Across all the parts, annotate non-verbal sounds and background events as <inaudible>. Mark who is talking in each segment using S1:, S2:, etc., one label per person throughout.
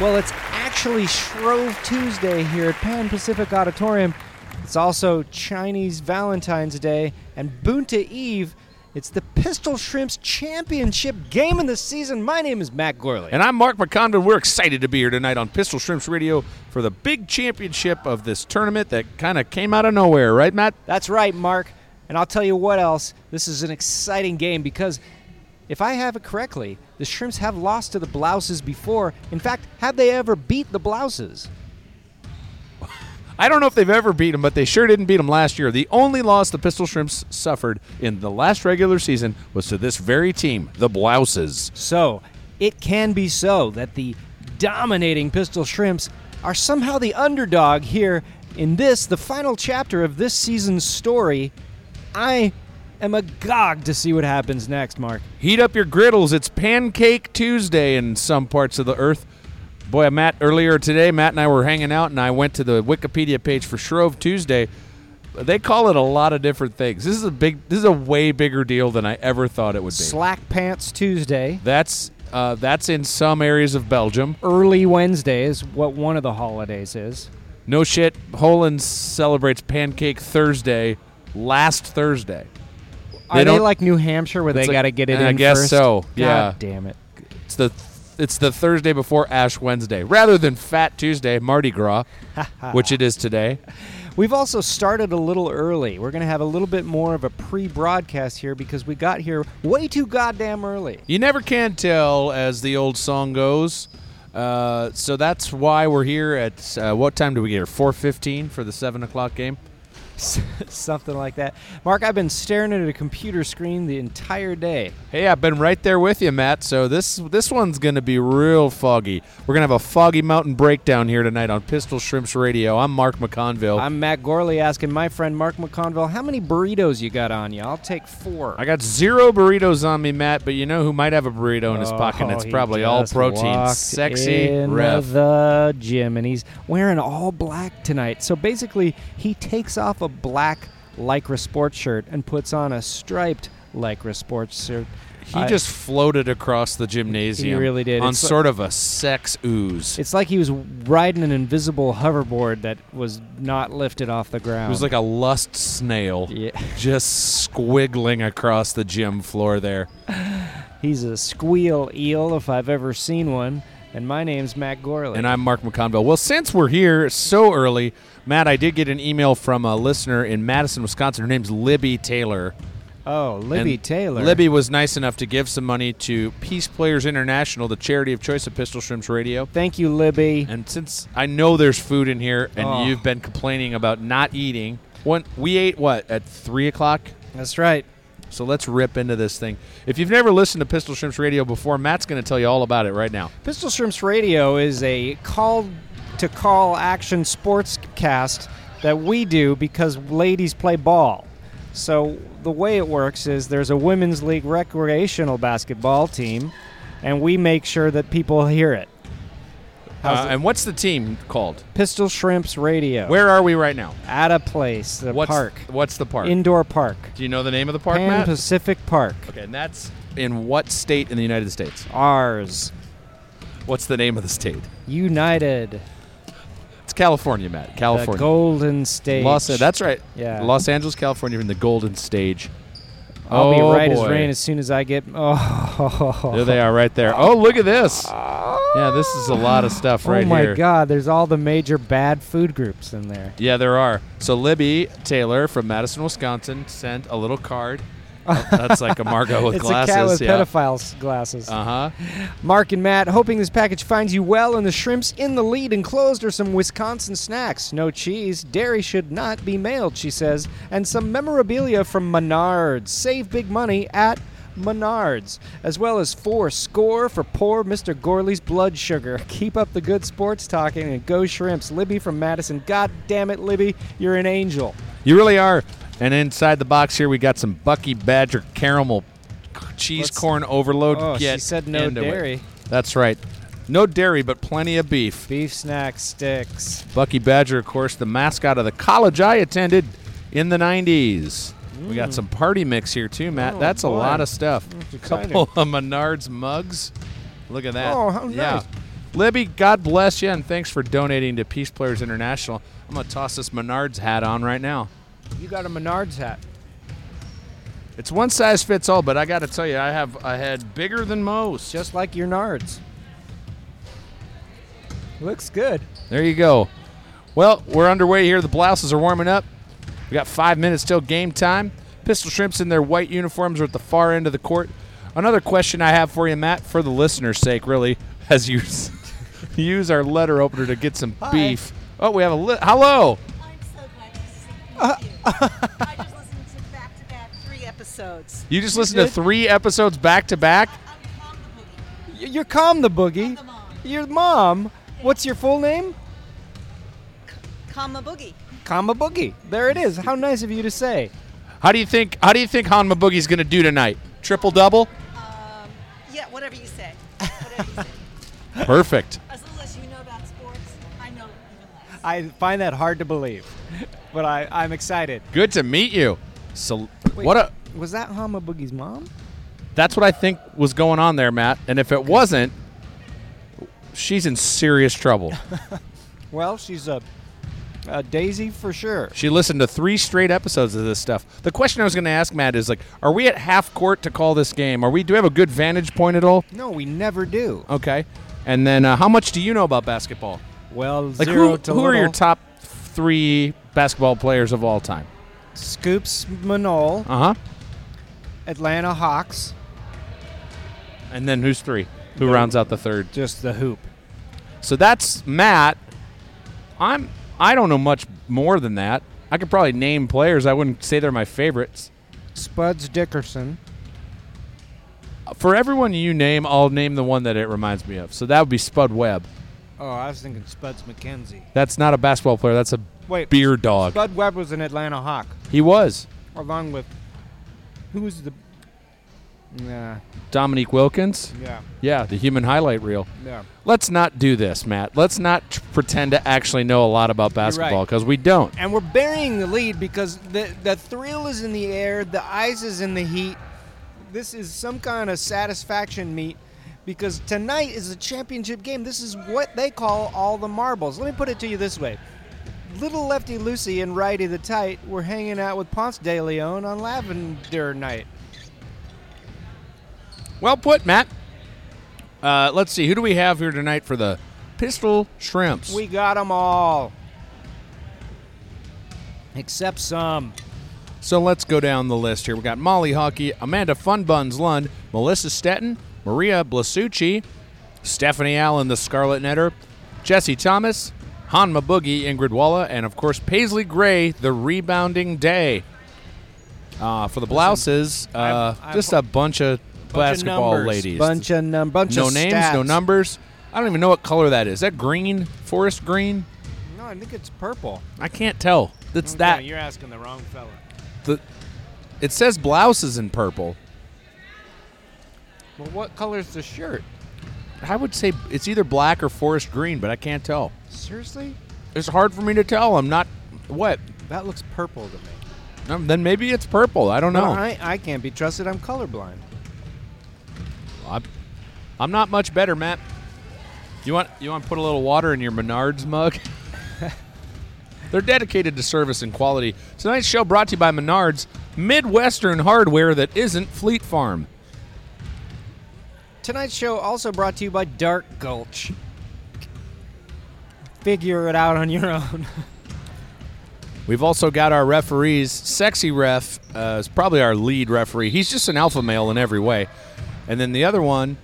S1: Well, it's actually Shrove Tuesday here at Pan Pacific Auditorium. It's also Chinese Valentine's Day and Bunta Eve. It's the Pistol Shrimps Championship game of the season. My name is Matt Gorley.
S2: And I'm Mark McCondon. We're excited to be here tonight on Pistol Shrimps Radio for the big championship of this tournament that kind of came out of nowhere, right, Matt?
S1: That's right, Mark. And I'll tell you what else. This is an exciting game because, if I have it correctly, the Shrimps have lost to the Blouses before. In fact, have they ever beat the Blouses?
S2: I don't know if they've ever beat them, but they sure didn't beat them last year. The only loss the Pistol Shrimps suffered in the last regular season was to this very team, the Blouses.
S1: So, it can be so that the dominating Pistol Shrimps are somehow the underdog here in this, the final chapter of this season's story. I am agog to see what happens next, Mark.
S2: Heat up your griddles. It's Pancake Tuesday in some parts of the earth. Boy, Matt, earlier today, Matt and I were hanging out, and I went to the Wikipedia page for Shrove Tuesday. They call it a lot of different things. This is a big, this is a way bigger deal than I ever thought it would be.
S1: Slack Pants Tuesday,
S2: That's uh, that's in some areas of Belgium.
S1: early Wednesday is what one of the holidays is.
S2: No shit, Holland celebrates Pancake Thursday last Thursday.
S1: Are they,
S2: They don't-
S1: like New Hampshire where they
S2: It's like-
S1: got to get it in
S2: I guess
S1: first?
S2: so, yeah.
S1: God damn it.
S2: It's the it's the Thursday before Ash Wednesday, rather than Fat Tuesday, Mardi Gras, which it is today.
S1: We've also started a little early. We're going to have a little bit more of a pre-broadcast here because we got here way too goddamn early.
S2: You never can tell, as the old song goes. Uh, so that's why we're here at uh, what time do we get here? Four fifteen for the seven o'clock game.
S1: <laughs> Something like that. Mark, I've been staring at a computer screen the entire day.
S2: Hey, I've been right there with you, Matt. So this this one's gonna be real foggy. We're gonna have a foggy mountain breakdown here tonight on Pistol Shrimps Radio. I'm Mark McConville.
S1: I'm Matt Gorley asking my friend Mark McConville, how many burritos you got on you? I'll take four.
S2: I got zero burritos on me, Matt. But you know who might have a burrito in his pocket? and
S1: Oh,
S2: It's
S1: he
S2: probably all
S1: just
S2: protein.
S1: walked
S2: Sexy
S1: in
S2: ref.
S1: the gym, and he's wearing all black tonight. So basically, he takes off a black lycra sports shirt and puts on a striped lycra sports shirt.
S2: he
S1: I-
S2: just floated across the gymnasium.
S1: really did.
S2: on
S1: It's like-
S2: sort of a sex ooze. It
S1: It's like he was riding an invisible hoverboard that was not lifted off the ground.
S2: was like a lust snail,
S1: Yeah. <laughs>
S2: just squiggling across the gym floor there.
S1: he's a squeal eel if I've ever seen one. And my name's Matt Gorley.
S2: And I'm Mark McConville. Well, since we're here so early, Matt, I did get an email from a listener in Madison, Wisconsin. Her name's Libby Taylor.
S1: oh, Libby
S2: And
S1: Taylor.
S2: Libby was nice enough to give some money to Peace Players International, the charity of choice of Pistol Shrimps Radio.
S1: Thank you, Libby.
S2: And since I know there's food in here and
S1: Oh.
S2: you've been complaining about not eating, when, we ate what, at 3 o'clock?
S1: That's right.
S2: So let's rip into this thing. If you've never listened to Pistol Shrimps Radio before, Matt's going to tell you all about it right now.
S1: Pistol Shrimps Radio is a call to call action sports cast that we do because ladies play ball. So the way it works is there's a women's league recreational basketball team, and we make sure that people hear it.
S2: Uh, and what's the team called?
S1: Pistol Shrimps Radio.
S2: Where are we right now?
S1: At a place, the
S2: What's,
S1: park,
S2: What's the park?
S1: indoor park,
S2: Do you know the name of the park,
S1: Pan
S2: Matt?
S1: Pacific Park.
S2: Okay, and that's in what state in the United States?
S1: Ours,
S2: What's the name of the state?
S1: United,
S2: It's California, Matt.
S1: the
S2: California.
S1: Golden State.
S2: Los, that's right.
S1: Yeah.
S2: Los Angeles, California, in the Golden Stage.
S1: I'll be
S2: Oh,
S1: right
S2: boy.
S1: as rain as soon as I get. <laughs> Oh,
S2: There they are, right there. Oh, look at this. Yeah, this is a lot of stuff right
S1: Ah. oh my
S2: here.
S1: god, there's all the major bad food groups in there. <laughs>
S2: Yeah, there are. So Libby Taylor from Madison, Wisconsin, sent a little card. That's like a Margot with
S1: it's
S2: glasses.
S1: a cat with
S2: yeah.
S1: pedophiles glasses.
S2: Uh huh.
S1: Mark and Matt, hoping this package finds you well and the shrimps in the lead enclosed are some Wisconsin snacks. No cheese, dairy should not be mailed, she says, and some memorabilia from Menards. Save big money at Menards, as well as four score for poor Mr. Gorley's blood sugar. <laughs> Keep up the good sports talking and go shrimps. Libby from Madison. God damn it, Libby, you're an angel.
S2: You really are. And inside the box here, we got some Bucky Badger caramel c- cheese
S1: Let's-
S2: corn overload.
S1: Oh, she
S2: Get
S1: said no
S2: into it.
S1: dairy.
S2: That's right. No dairy, but plenty of beef.
S1: Beef snack sticks.
S2: Bucky Badger, of course, the mascot of the college I attended in the 90s. We got some party mix here, too, Matt.
S1: Mm. Oh,
S2: That's a
S1: boy.
S2: lot of stuff. A
S1: exciting.
S2: couple of Menards mugs. Look at that.
S1: Oh, how
S2: Yeah.
S1: nice.
S2: Libby, God bless you, and thanks for donating to Peace Players International. I'm going to toss this Menards hat on right now.
S1: You got a Menards hat.
S2: It's one size fits all, but I got to tell you, I have a head bigger than most.
S1: just like your nards. Looks good.
S2: There you go. Well, we're underway here. The blouses are warming up. We got five minutes till game time. Pistol Shrimps in their white uniforms are at the far end of the court. Another question I have for you, Matt, for the listener's sake, really, <laughs> as you s- use our letter opener to get some beef. Oh, we have a li- hello.
S3: I'm so glad to see you. I just listened to back to back three episodes.
S2: You just listened to three episodes back to back.
S3: I'm on the boogie.
S1: Y- You're calm, the boogie.
S3: Calm the mom.
S1: Your mom. What's your full name?
S3: Comma boogie.
S1: Kama Boogie. There it is. How nice of you to say.
S2: How do you think? How do you think Hanma Boogie's going to do tonight? Triple double.
S3: Yeah, whatever you say. Whatever you say.
S2: Perfect.
S3: As little as you know about sports, I know even less.
S1: I find that hard to believe, <laughs> but I, I'm excited.
S2: Good to meet you. So, what a
S1: Was that Hama Boogie's mom?
S2: That's what I think was going on there, Matt. And if it wasn't, she's in serious trouble.
S1: Well, she's a, a Daisy for sure. <laughs>
S2: she listened to three straight episodes of this stuff. The question I was going to ask Matt is like, are we at half court to call this game? Are we? Do we have a good vantage point at all?
S1: No, we never do.
S2: Okay. And then, uh, how much do you know about basketball?
S1: Well,
S2: Like,
S1: zero
S2: who,
S1: to
S2: who are your
S1: little.
S2: top three basketball players of all time?
S1: Scoops Manol,
S2: Uh huh.
S1: Atlanta Hawks,
S2: And then who's three? Who rounds out the third?
S1: just the hoop.
S2: So that's Matt. I'm I don't know much more than that. I could probably name players. I wouldn't say they're my favorites.
S1: Spuds Dickerson.
S2: For everyone you name, I'll name the one that it reminds me of. So that would be Spud Webb.
S1: Oh, I was thinking Spuds McKenzie.
S2: That's not a basketball player. That's a
S1: Wait.
S2: beer dog.
S1: Bud Webb was an Atlanta Hawk,
S2: He was
S1: along with who was the? Yeah,
S2: Dominique Wilkins.
S1: yeah,
S2: Yeah, the human highlight reel.
S1: yeah.
S2: Let's not do this, Matt. Let's not tr- pretend to actually know a lot about basketball because we don't.
S1: And we're burying the lead because the the thrill is in the air, the ice is in the heat. This is some kind of satisfaction meet because tonight is the championship game. This is what they call all the marbles. Let me put it to you this way. Little Lefty Lucy and Righty the Tight were hanging out with Ponce de Leon on Lavender Night.
S2: Well put, Matt. Uh, let's see. Who do we have here tonight for the Pistol Shrimps?
S1: We got them all. Except some.
S2: So let's go down the list here. We got Molly Hockey, Amanda Funbuns Lund, Melissa Stetton, Maria Blasucci, Stephanie Allen, the Scarlet Netter, Jesse Thomas, Hanma Boogie, Ingrid Walla, and of course Paisley Gray, the rebounding day. Uh, for the blouses, uh,
S1: I've-
S2: just a bunch of
S1: Bunch of
S2: basketball
S1: numbers,
S2: ladies.
S1: Bunch of num- bunch
S2: no
S1: of
S2: names, no
S1: stats.
S2: numbers. I don't even know what color that is. Is that green? Forest green?
S1: No, I think it's purple.
S2: I can't tell. It's that.
S1: you're asking the wrong fella.
S2: The, it says blouses in purple.
S1: Well, what color's the shirt?
S2: I would say it's either black or forest green, but I can't tell.
S1: Seriously?
S2: It's hard for me to tell. I'm not what.
S1: That looks purple to me.
S2: Um, then maybe it's purple. I don't know.
S1: I, I can't be trusted. I'm colorblind.
S2: I'm, I'm not much better, Matt. You want you want to put a little water in your Menards mug? They're dedicated to service and quality. Tonight's show brought to you by Menards, Midwestern hardware that isn't Fleet Farm.
S1: Tonight's show also brought to you by Dark Gulch. <laughs> Figure it out on your own.
S2: We've also got our referees. Sexy Ref uh, is probably our lead referee. He's just an alpha male in every way. And then the other one,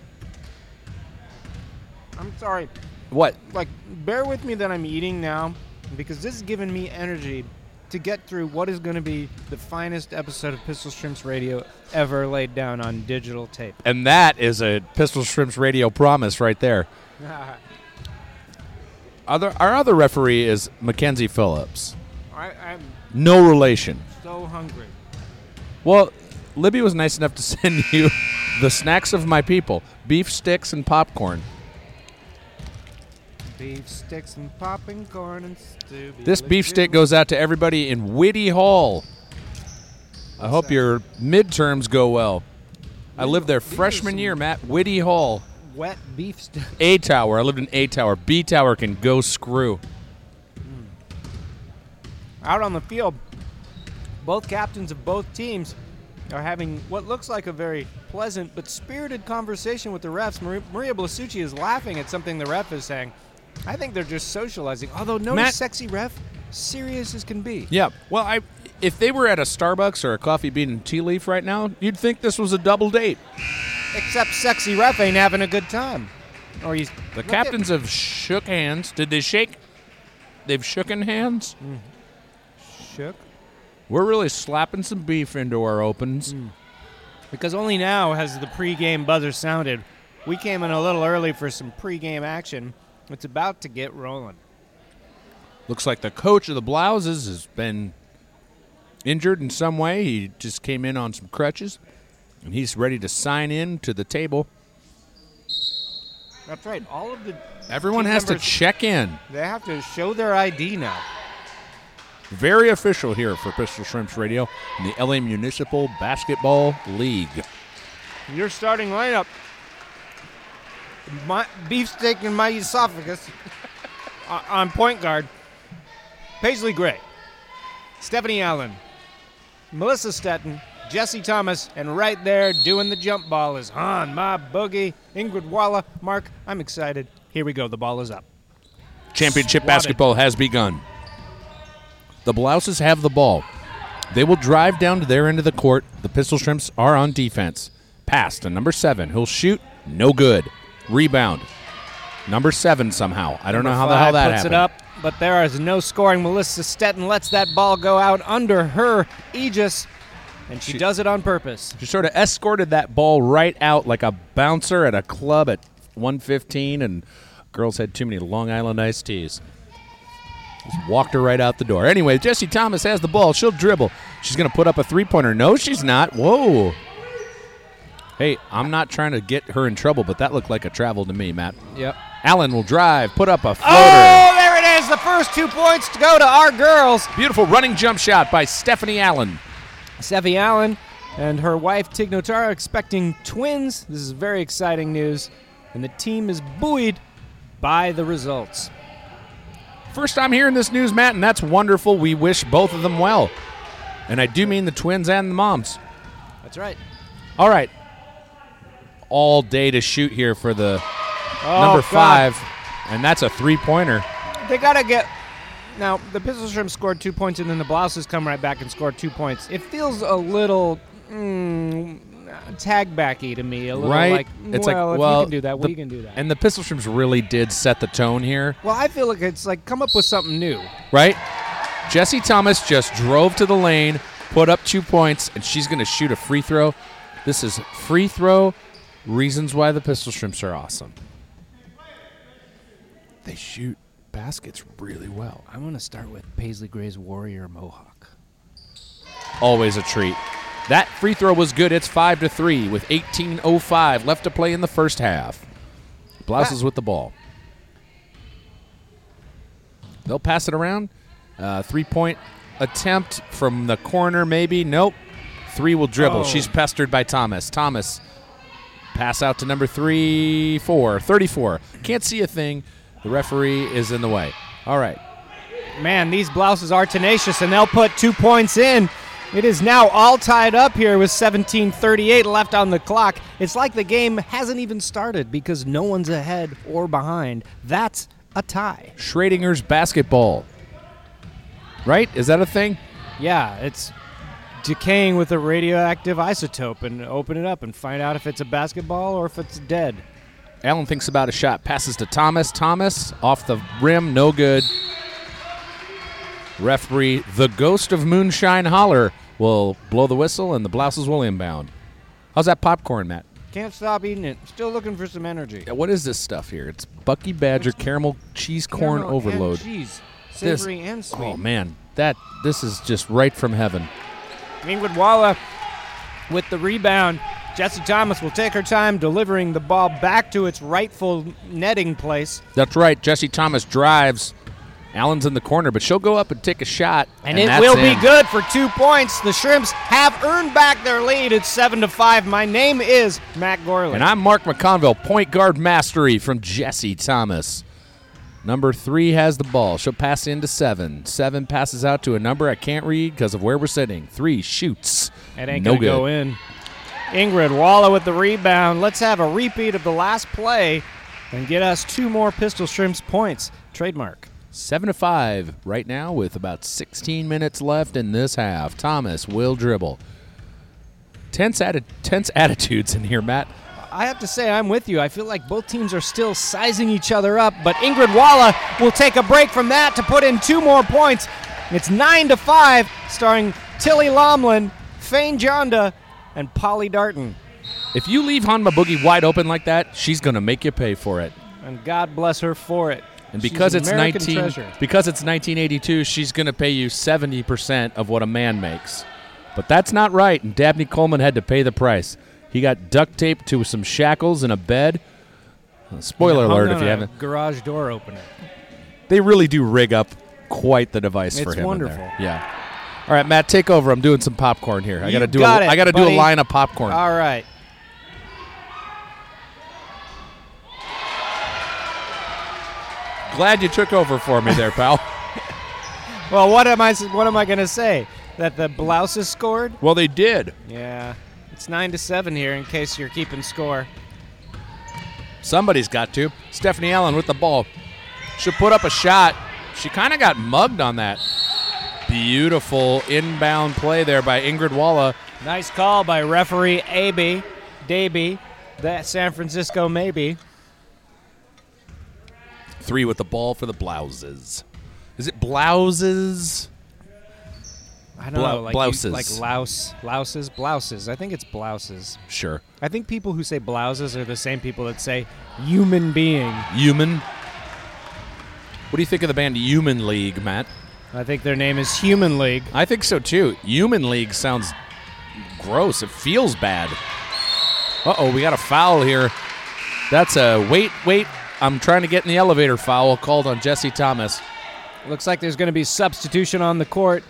S1: I'm sorry.
S2: what?
S1: Like, bear with me that I'm eating now because this is giving me energy to get through what is going to be the finest episode of Pistol Shrimps Radio ever laid down on digital tape.
S2: And that is a Pistol Shrimps radio promise right there.
S1: <laughs> I,
S2: Other, our other referee is Mackenzie Phillips.
S1: I'm
S2: No relation.
S1: so hungry.
S2: Well, Libby was nice enough to <laughs> send you the snacks of my people beef sticks and popcorn.
S1: Beef sticks and popping corn and stew.
S2: This beef stick goes out to everybody in Whitty Hall. I hope your midterms go well. I lived there
S1: are
S2: freshman
S1: some-
S2: year, Matt. Whitty Hall.
S1: Wet beef stick.
S2: A Tower. I lived in A Tower. B Tower can go screw.
S1: Out on the field, both captains of both teams are having what looks like a very pleasant but spirited conversation with the refs. Maria, Maria Blasucci is laughing at something the ref is saying. I think they're just socializing. Although, no
S2: Matt-
S1: sexy ref, serious as can be.
S2: Yeah. Well, I if they were at a Starbucks or a coffee bean and tea leaf right now, you'd think this was a double date.
S1: Except sexy ref ain't having a good time. Or he's
S2: The captains have shook hands. Did they shake? They've shooken hands.
S1: shook
S2: We're really slapping some beef into our opens.
S1: because only now has the pregame buzzer sounded. We came in a little early for some pregame action. It's about to get rolling.
S2: Looks like the coach of the Blouses has been injured in some way. He just came in on some crutches, and he's ready to sign in to the table.
S1: That's right. All of the
S2: Everyone has to
S1: members-
S2: check in.
S1: They have to show their ID now.
S2: Very official here for Pistol Shrimps Radio in the LA Municipal Basketball League.
S1: Your starting lineup. My beefsteak and my <laughs> esophagus on- on point guard. Paisley Gray, Stephanie Allen, Melissa Stetton, Jesse Thomas, and right there doing the jump ball is on my boogie. Ingrid Walla. Mark, I'm excited. Here we go. The ball is up.
S2: Championship
S1: Swatted.
S2: basketball has begun. The Blouses have the ball. They will drive down to their end of the court. The Pistol Shrimps are on defense. Pass to number seven. He'll shoot. No good. Rebound. Number seven somehow. I don't know how the hell
S1: Five
S2: that
S1: puts
S2: happened.
S1: it up, but there is no scoring. Melissa Stetton lets that ball go out under her aegis, and she, does it on purpose.
S2: She sort of escorted that ball right out like a bouncer at a club at 115, and girls had too many Long Island iced teas. Just walked her right out the door. Anyway, Jesse Thomas has the ball. She'll dribble. She's going to put up a three pointer. No, she's not. Whoa. Hey, I'm not trying to get her in trouble, but that looked like a travel to me, Matt.
S1: Yep.
S2: Allen will drive, put up a floater.
S1: Oh, there it is. The first two points to go to our girls.
S2: Beautiful running jump shot by Stephanie Allen.
S1: Sevi Allen and her wife Tig Notara are expecting twins. This is very exciting news, and the team is buoyed by the results.
S2: First time hearing this news, Matt, and that's wonderful. We wish both of them well. And I do mean the twins and the moms.
S1: That's right.
S2: All right. All day to shoot here for the
S1: Oh,
S2: number
S1: God.
S2: five. And that's a three pointer.
S1: They gotta get. Now the Pistol Shrimp scored two points, and then the Blouses come right back and score two points. It feels a little mm, tag backy to me. A little
S2: Right?
S1: like
S2: it's
S1: well,
S2: like,
S1: if
S2: well,
S1: you can do that,
S2: the-
S1: we can do that.
S2: And the Pistol Shrimps really did set the tone here,
S1: well, I feel like it's like come up with something new.
S2: right? Jesse Thomas just drove to the lane, put up two points, and she's going to shoot a free throw. This is free throw reasons why the Pistol Shrimps are awesome. They shoot baskets really well.
S1: I want to start with Paisley Gray's Warrior Mohawk.
S2: always a treat. That free throw was good. It's five to three with 18:05 left to play in the first half. Blouses with the ball. They'll pass it around. Uh, three point attempt from the corner, maybe. Nope. Three will dribble.
S1: Oh.
S2: She's pestered by Thomas. Thomas pass out to number three, four, 34. Can't see a thing. The referee is in the way. All right.
S1: Man, these blouses are tenacious, and they'll put two points in. It is now all tied up here with 17:38 left on the clock. It's like the game hasn't even started because no one's ahead or behind. That's a tie.
S2: Schrodinger's basketball. right? Is that a thing?
S1: Yeah, it's decaying with a radioactive isotope and open it up and find out if it's a basketball or if it's dead.
S2: Allen thinks about a shot, passes to Thomas. Thomas off the rim, no good. Referee, the ghost of Moonshine Holler, will blow the whistle and the blouses will inbound. How's that popcorn, Matt?
S1: Can't stop eating it. Still looking for some energy.
S2: Yeah, What is this stuff here? It's Bucky Badger caramel cheese corn
S1: Caramel and
S2: overload.
S1: cheese,
S2: This-
S1: savory and sweet.
S2: Oh man, that this is just right from heaven.
S1: Mingwood Walla with the rebound. Jesse Thomas will take her time delivering the ball back to its rightful netting place.
S2: That's right. Jesse Thomas drives. Allen's in the corner, but she'll go up and take a shot,
S1: And, it
S2: that's
S1: will
S2: in.
S1: be good for two points. The Shrimps have earned back their lead. It's seven to five. My name is Matt Gorley.
S2: And I'm Mark McConville, point guard mastery from Jesse Thomas. Number three has the ball. She'll pass into seven. Seven passes out to a number I can't read because of where we're sitting. Three shoots.
S1: It ain't
S2: no
S1: gonna go
S2: good.
S1: in. Ingrid Walla with the rebound. Let's have a repeat of the last play and get us two more Pistol Shrimps points. Trademark.
S2: Seven to five right now with about 16 minutes left in this half. Thomas will dribble. Tense, atti- tense <laughs> attitudes in here, Matt.
S1: I have to say I'm with you. I feel like both teams are still sizing each other up, but Ingrid Walla will take a break from that to put in two more points. It's nine to five, starring Tilly Lomlin, Fane Jonda, and Polly Darton.
S2: If you leave Hanma Boogie wide open like that, she's going to make you pay for it.
S1: And God bless her for it.
S2: And
S1: She's
S2: because
S1: an
S2: it's
S1: American
S2: 19
S1: treasure.
S2: because it's 1982, she's going to pay you 70% of what a man makes. But that's not right, and Dabney Coleman had to pay the price. He got duct taped to some shackles and a bed. Uh, Spoiler
S1: Hung
S2: alert if
S1: on
S2: you
S1: a
S2: haven't.
S1: Garage door opener.
S2: They really do rig up quite the device for
S1: It's
S2: him in there.
S1: wonderful.
S2: Yeah. All right, Matt, take over. I'm doing some popcorn here. I
S1: You
S2: gotta do
S1: got
S2: a,
S1: it,
S2: I gotta do
S1: buddy.
S2: a line of popcorn.
S1: All right.
S2: Glad you took over for me
S1: <laughs>
S2: there, pal.
S1: Well, what am I? What am I going to say? That the blouses scored?
S2: well, they did.
S1: Yeah, it's nine to seven here. In case you're keeping score.
S2: Somebody's got to. Stephanie Allen with the ball. She'll put up a shot. She kind of got mugged on that. Beautiful inbound play there by Ingrid Walla.
S1: Nice call by referee Aby Davy. That San Francisco maybe.
S2: Three with the ball for the Blouses. Is it Blouses?
S1: I don't
S2: Blou-
S1: know, like
S2: blouses.
S1: You, like louse, louses, blouses. I think it's blouses.
S2: Sure.
S1: I think people who say blouses are the same people that say human being.
S2: Human. What do you think of the band Human League, Matt?
S1: I think their name is Human League.
S2: I think so too. Human League sounds gross. It feels bad. Uh oh, we got a foul here. That's a wait, wait. I'm trying to get in the elevator foul called on Jesse Thomas.
S1: Looks like there's going to be substitution on the court.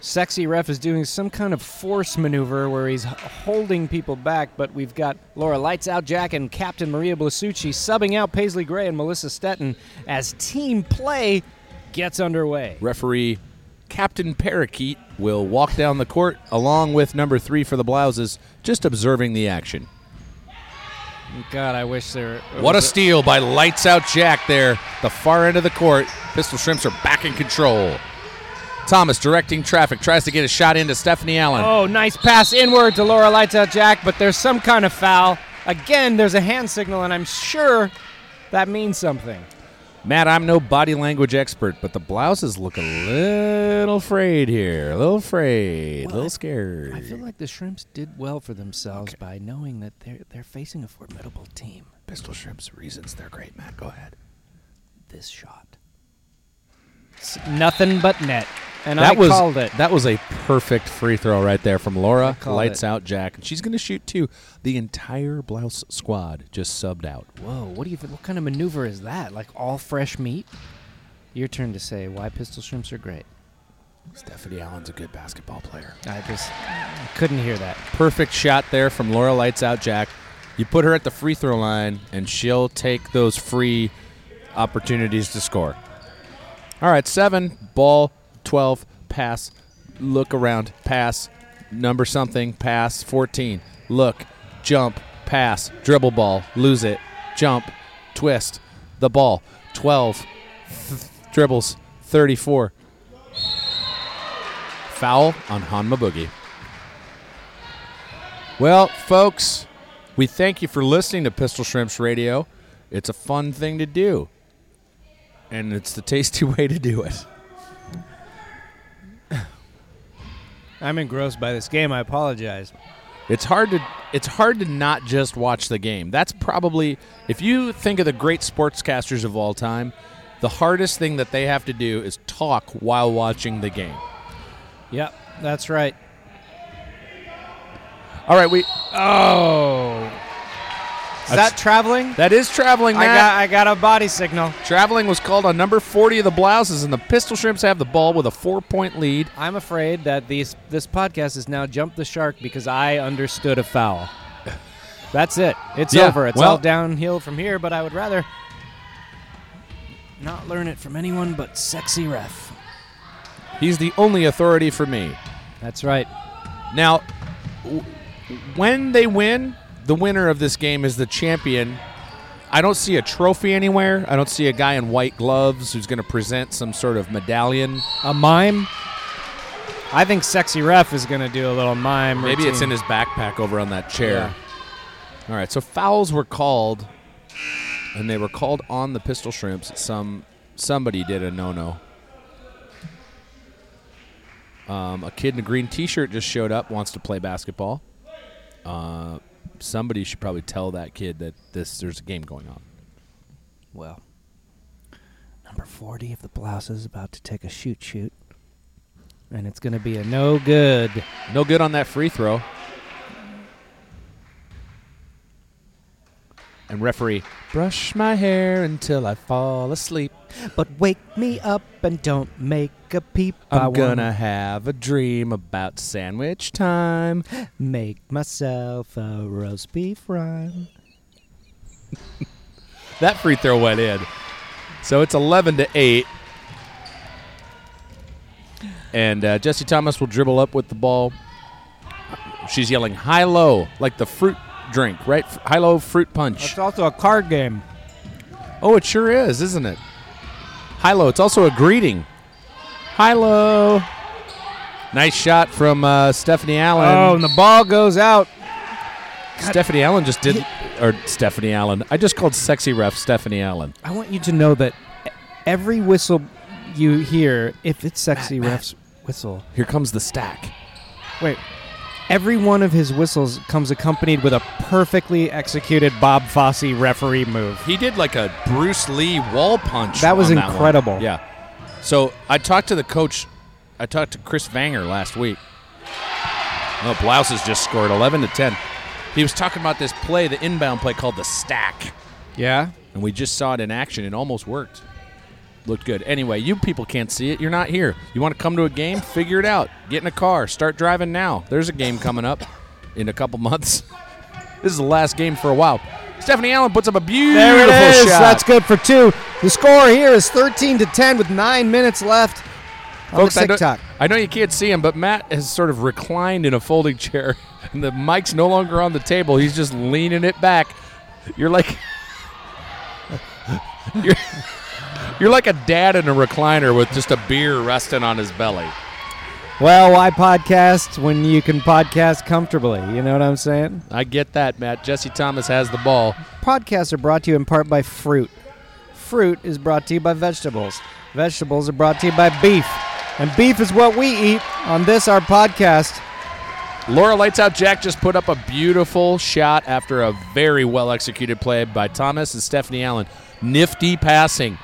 S1: Sexy Ref is doing some kind of force maneuver where he's h- holding people back, but we've got Laura Lights Out Jack and Captain Maria Blasucci subbing out Paisley Gray and Melissa Stetton as team play gets underway.
S2: Referee Captain Parakeet will walk down the court along with number three for the Blouses, just observing the action.
S1: God, I wish there.
S2: What a steal by Lights Out Jack there, the far end of the court. Pistol Shrimps are back in control. Thomas directing traffic, tries to get a shot into Stephanie Allen.
S1: Oh, nice pass inward to Laura Lights Out Jack, but there's some kind of foul. Again, there's a hand signal, and I'm sure that means something.
S2: Matt, I'm no body language expert, but the blouses look a little afraid here. A little afraid, a little scared.
S1: I feel like the Shrimps did well for themselves by knowing that they're they're facing a formidable team.
S2: Pistol Shrimps reasons they're great, Matt. Go ahead.
S1: This shot, it's nothing but net, and I
S2: was
S1: called it.
S2: that was a perfect free throw right there from Laura.
S1: called
S2: Lights
S1: it.
S2: out, Jack, and she's going to shoot too. The entire blouse squad just subbed out.
S1: Whoa! What do you? What kind of maneuver is that? Like all fresh meat? Your turn to say why pistol shrimps are great.
S2: Stephanie Allen's a good basketball player.
S1: I just couldn't hear that.
S2: Perfect shot there from Laura. Lights out, Jack. You put her at the free throw line, and she'll take those free opportunities to score. All right, seven ball, twelve pass, look around, pass, number something, pass, fourteen, look, jump, pass, dribble ball, lose it, jump, twist, the ball, twelve, th- dribbles, thirty-four. Foul on Hanma Boogie. Well, folks, we thank you for listening to Pistol Shrimps Radio. It's a fun thing to do, and it's the tasty <laughs> way to do it.
S1: I'm engrossed by this game. I apologize.
S2: It's hard to it's hard to not just watch the game. That's probably if you think of the great sportscasters of all time, the hardest thing that they have to do is talk while watching the game.
S1: Yep, that's right.
S2: All right, we
S1: Oh, is
S2: That's-
S1: that traveling?
S2: that is traveling.
S1: I
S2: Matt.
S1: got I got a body signal.
S2: Traveling was called on number 40 of the blouses, and the Pistol Shrimps have the ball with a four point lead.
S1: I'm afraid that these this podcast has now jumped the shark because I understood a foul. That's it. It's
S2: Yeah,
S1: over. It's
S2: well-
S1: all downhill from here. But I would rather not learn it from anyone but sexy ref.
S2: He's the only authority for me.
S1: That's right.
S2: Now, w- when they win, the winner of this game is the champion. I don't see a trophy anywhere. I don't see a guy in white gloves who's going to present some sort of medallion.
S1: A mime. I think sexy ref is going to do a little mime.
S2: Maybe it's in
S1: routine.
S2: his backpack over on that chair. All right, so fouls were called, and they were called on the Pistol Shrimps. Some somebody did a no-no. Um, a kid in a green T-shirt just showed up, wants to play basketball. Uh, somebody should probably tell that kid that this there's a game going on.
S4: Well, number 40 of the blouse is about to take a shoot shoot.
S1: and it's going to be a no good.
S2: No good on that free throw. And referee, brush my hair until I fall asleep.
S1: But wake me up and don't make a peep. I
S2: I'm
S1: wanna
S2: gonna have a dream about sandwich time.
S1: make myself a roast beef rhyme.
S2: That free throw went in. So it's 11 to 8. And uh, Jesse Thomas will dribble up with the ball. She's yelling high low, like the fruit drink, right? High low fruit punch.
S1: It's also a card game.
S2: Oh, it sure is, isn't it? High low. It's also a greeting. High low. Nice shot from uh, Stephanie Allen.
S1: Oh, and the ball goes out.
S2: Stephanie Allen just did, or Stephanie Allen. I just called sexy ref Stephanie Allen.
S1: I want you to know that e- every whistle you hear, if it's sexy ref's whistle,
S2: Here comes the stack.
S1: wait, every one of his whistles comes accompanied with a perfectly executed Bob Fosse referee move.
S2: He did like a Bruce Lee wall punch.
S1: That was
S2: on one.
S1: incredible.
S2: Yeah. So I talked to the coach. I talked to Chris Vanger last week. Oh, Blouses just scored 11 to 10. He was talking about this play, the inbound play called the stack.
S1: Yeah.
S2: and we just saw it in action. It almost worked. Looked good. Anyway, you people can't see it. You're not here. You want to come to a game? Figure it out. Get in a car. Start driving now. There's a game coming up in a couple months. This is the last game for a while. Stephanie Allen puts up a beautiful
S1: There it is.
S2: shot.
S1: That's good for two. The score here is 13 to 10 with nine minutes left. On
S2: Folks,
S1: the
S2: I know,
S1: Oh, TikTok.
S2: I know you can't see him, but Matt has sort of reclined in a folding chair, <laughs> and the mic's no longer on the table. He's just leaning it back. You're like <laughs> you're, you're like a dad in a recliner with just a beer resting on his belly.
S1: Well, why podcast when you can podcast comfortably? You know what I'm saying?
S2: I get that, Matt. Jesse Thomas has the ball.
S1: Podcasts are brought to you in part by fruit. Fruit is brought to you by vegetables. Vegetables are brought to you by beef. And beef is what we eat on this, our podcast.
S2: Laura Lights Out Jack just put up a beautiful shot after a very well executed play by Thomas and Stephanie Allen. Nifty passing.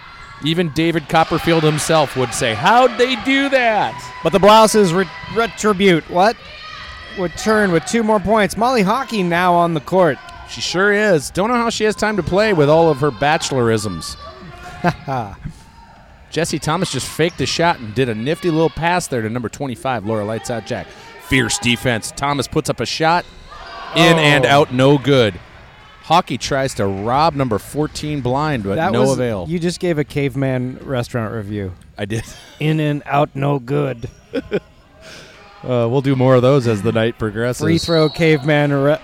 S2: Even David Copperfield himself would say, How'd they do that?
S1: But the blouses re- retribute. What? Return with two more points. Molly Hockey now on the court.
S2: She sure is. Don't know how she has time to play with all of her bachelorisms. <laughs> Jesse Thomas just faked a shot and did a nifty little pass there to number 25, Laura Lights Out Jack. Fierce defense. Thomas puts up a shot. In and out, no good. Hockey tries to rob number 14 blind, but
S1: That
S2: no
S1: was
S2: avail.
S1: You just gave a caveman restaurant review.
S2: I did. <laughs>
S1: In and out, no good.
S2: Uh, we'll do more of those as the night progresses.
S1: Free throw caveman re-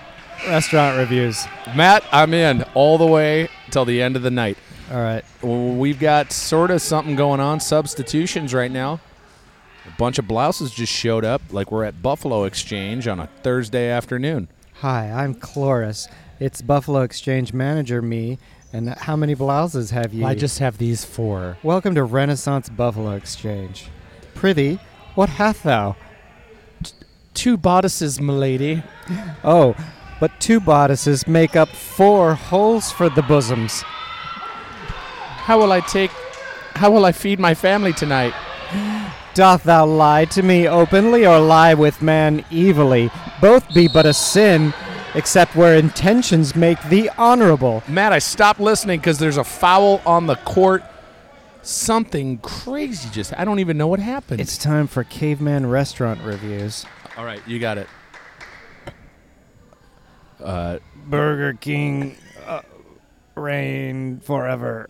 S1: restaurant reviews.
S2: Matt, I'm in all the way till the end of the night.
S1: All right.
S2: Well, we've got sort of something going on substitutions right now. A bunch of blouses just showed up, like we're at Buffalo Exchange on a Thursday afternoon.
S1: Hi, I'm Cloris. It's Buffalo Exchange Manager me. And how many blouses have you?
S5: I just have these four.
S1: Welcome to Renaissance Buffalo Exchange. Prithee, what hath thou?
S5: Two bodices, milady.
S1: Oh, but two bodices make up four holes for the bosoms.
S5: How will I take. How will I feed my family tonight?
S1: Doth thou lie to me openly or lie with man evilly? Both be but a sin, except where intentions make thee honorable.
S2: Matt, I stopped listening because there's a foul on the court. Something crazy just. I don't even know what happened.
S1: It's time for caveman restaurant reviews.
S2: All right, you got it.
S1: Burger King uh, reign forever.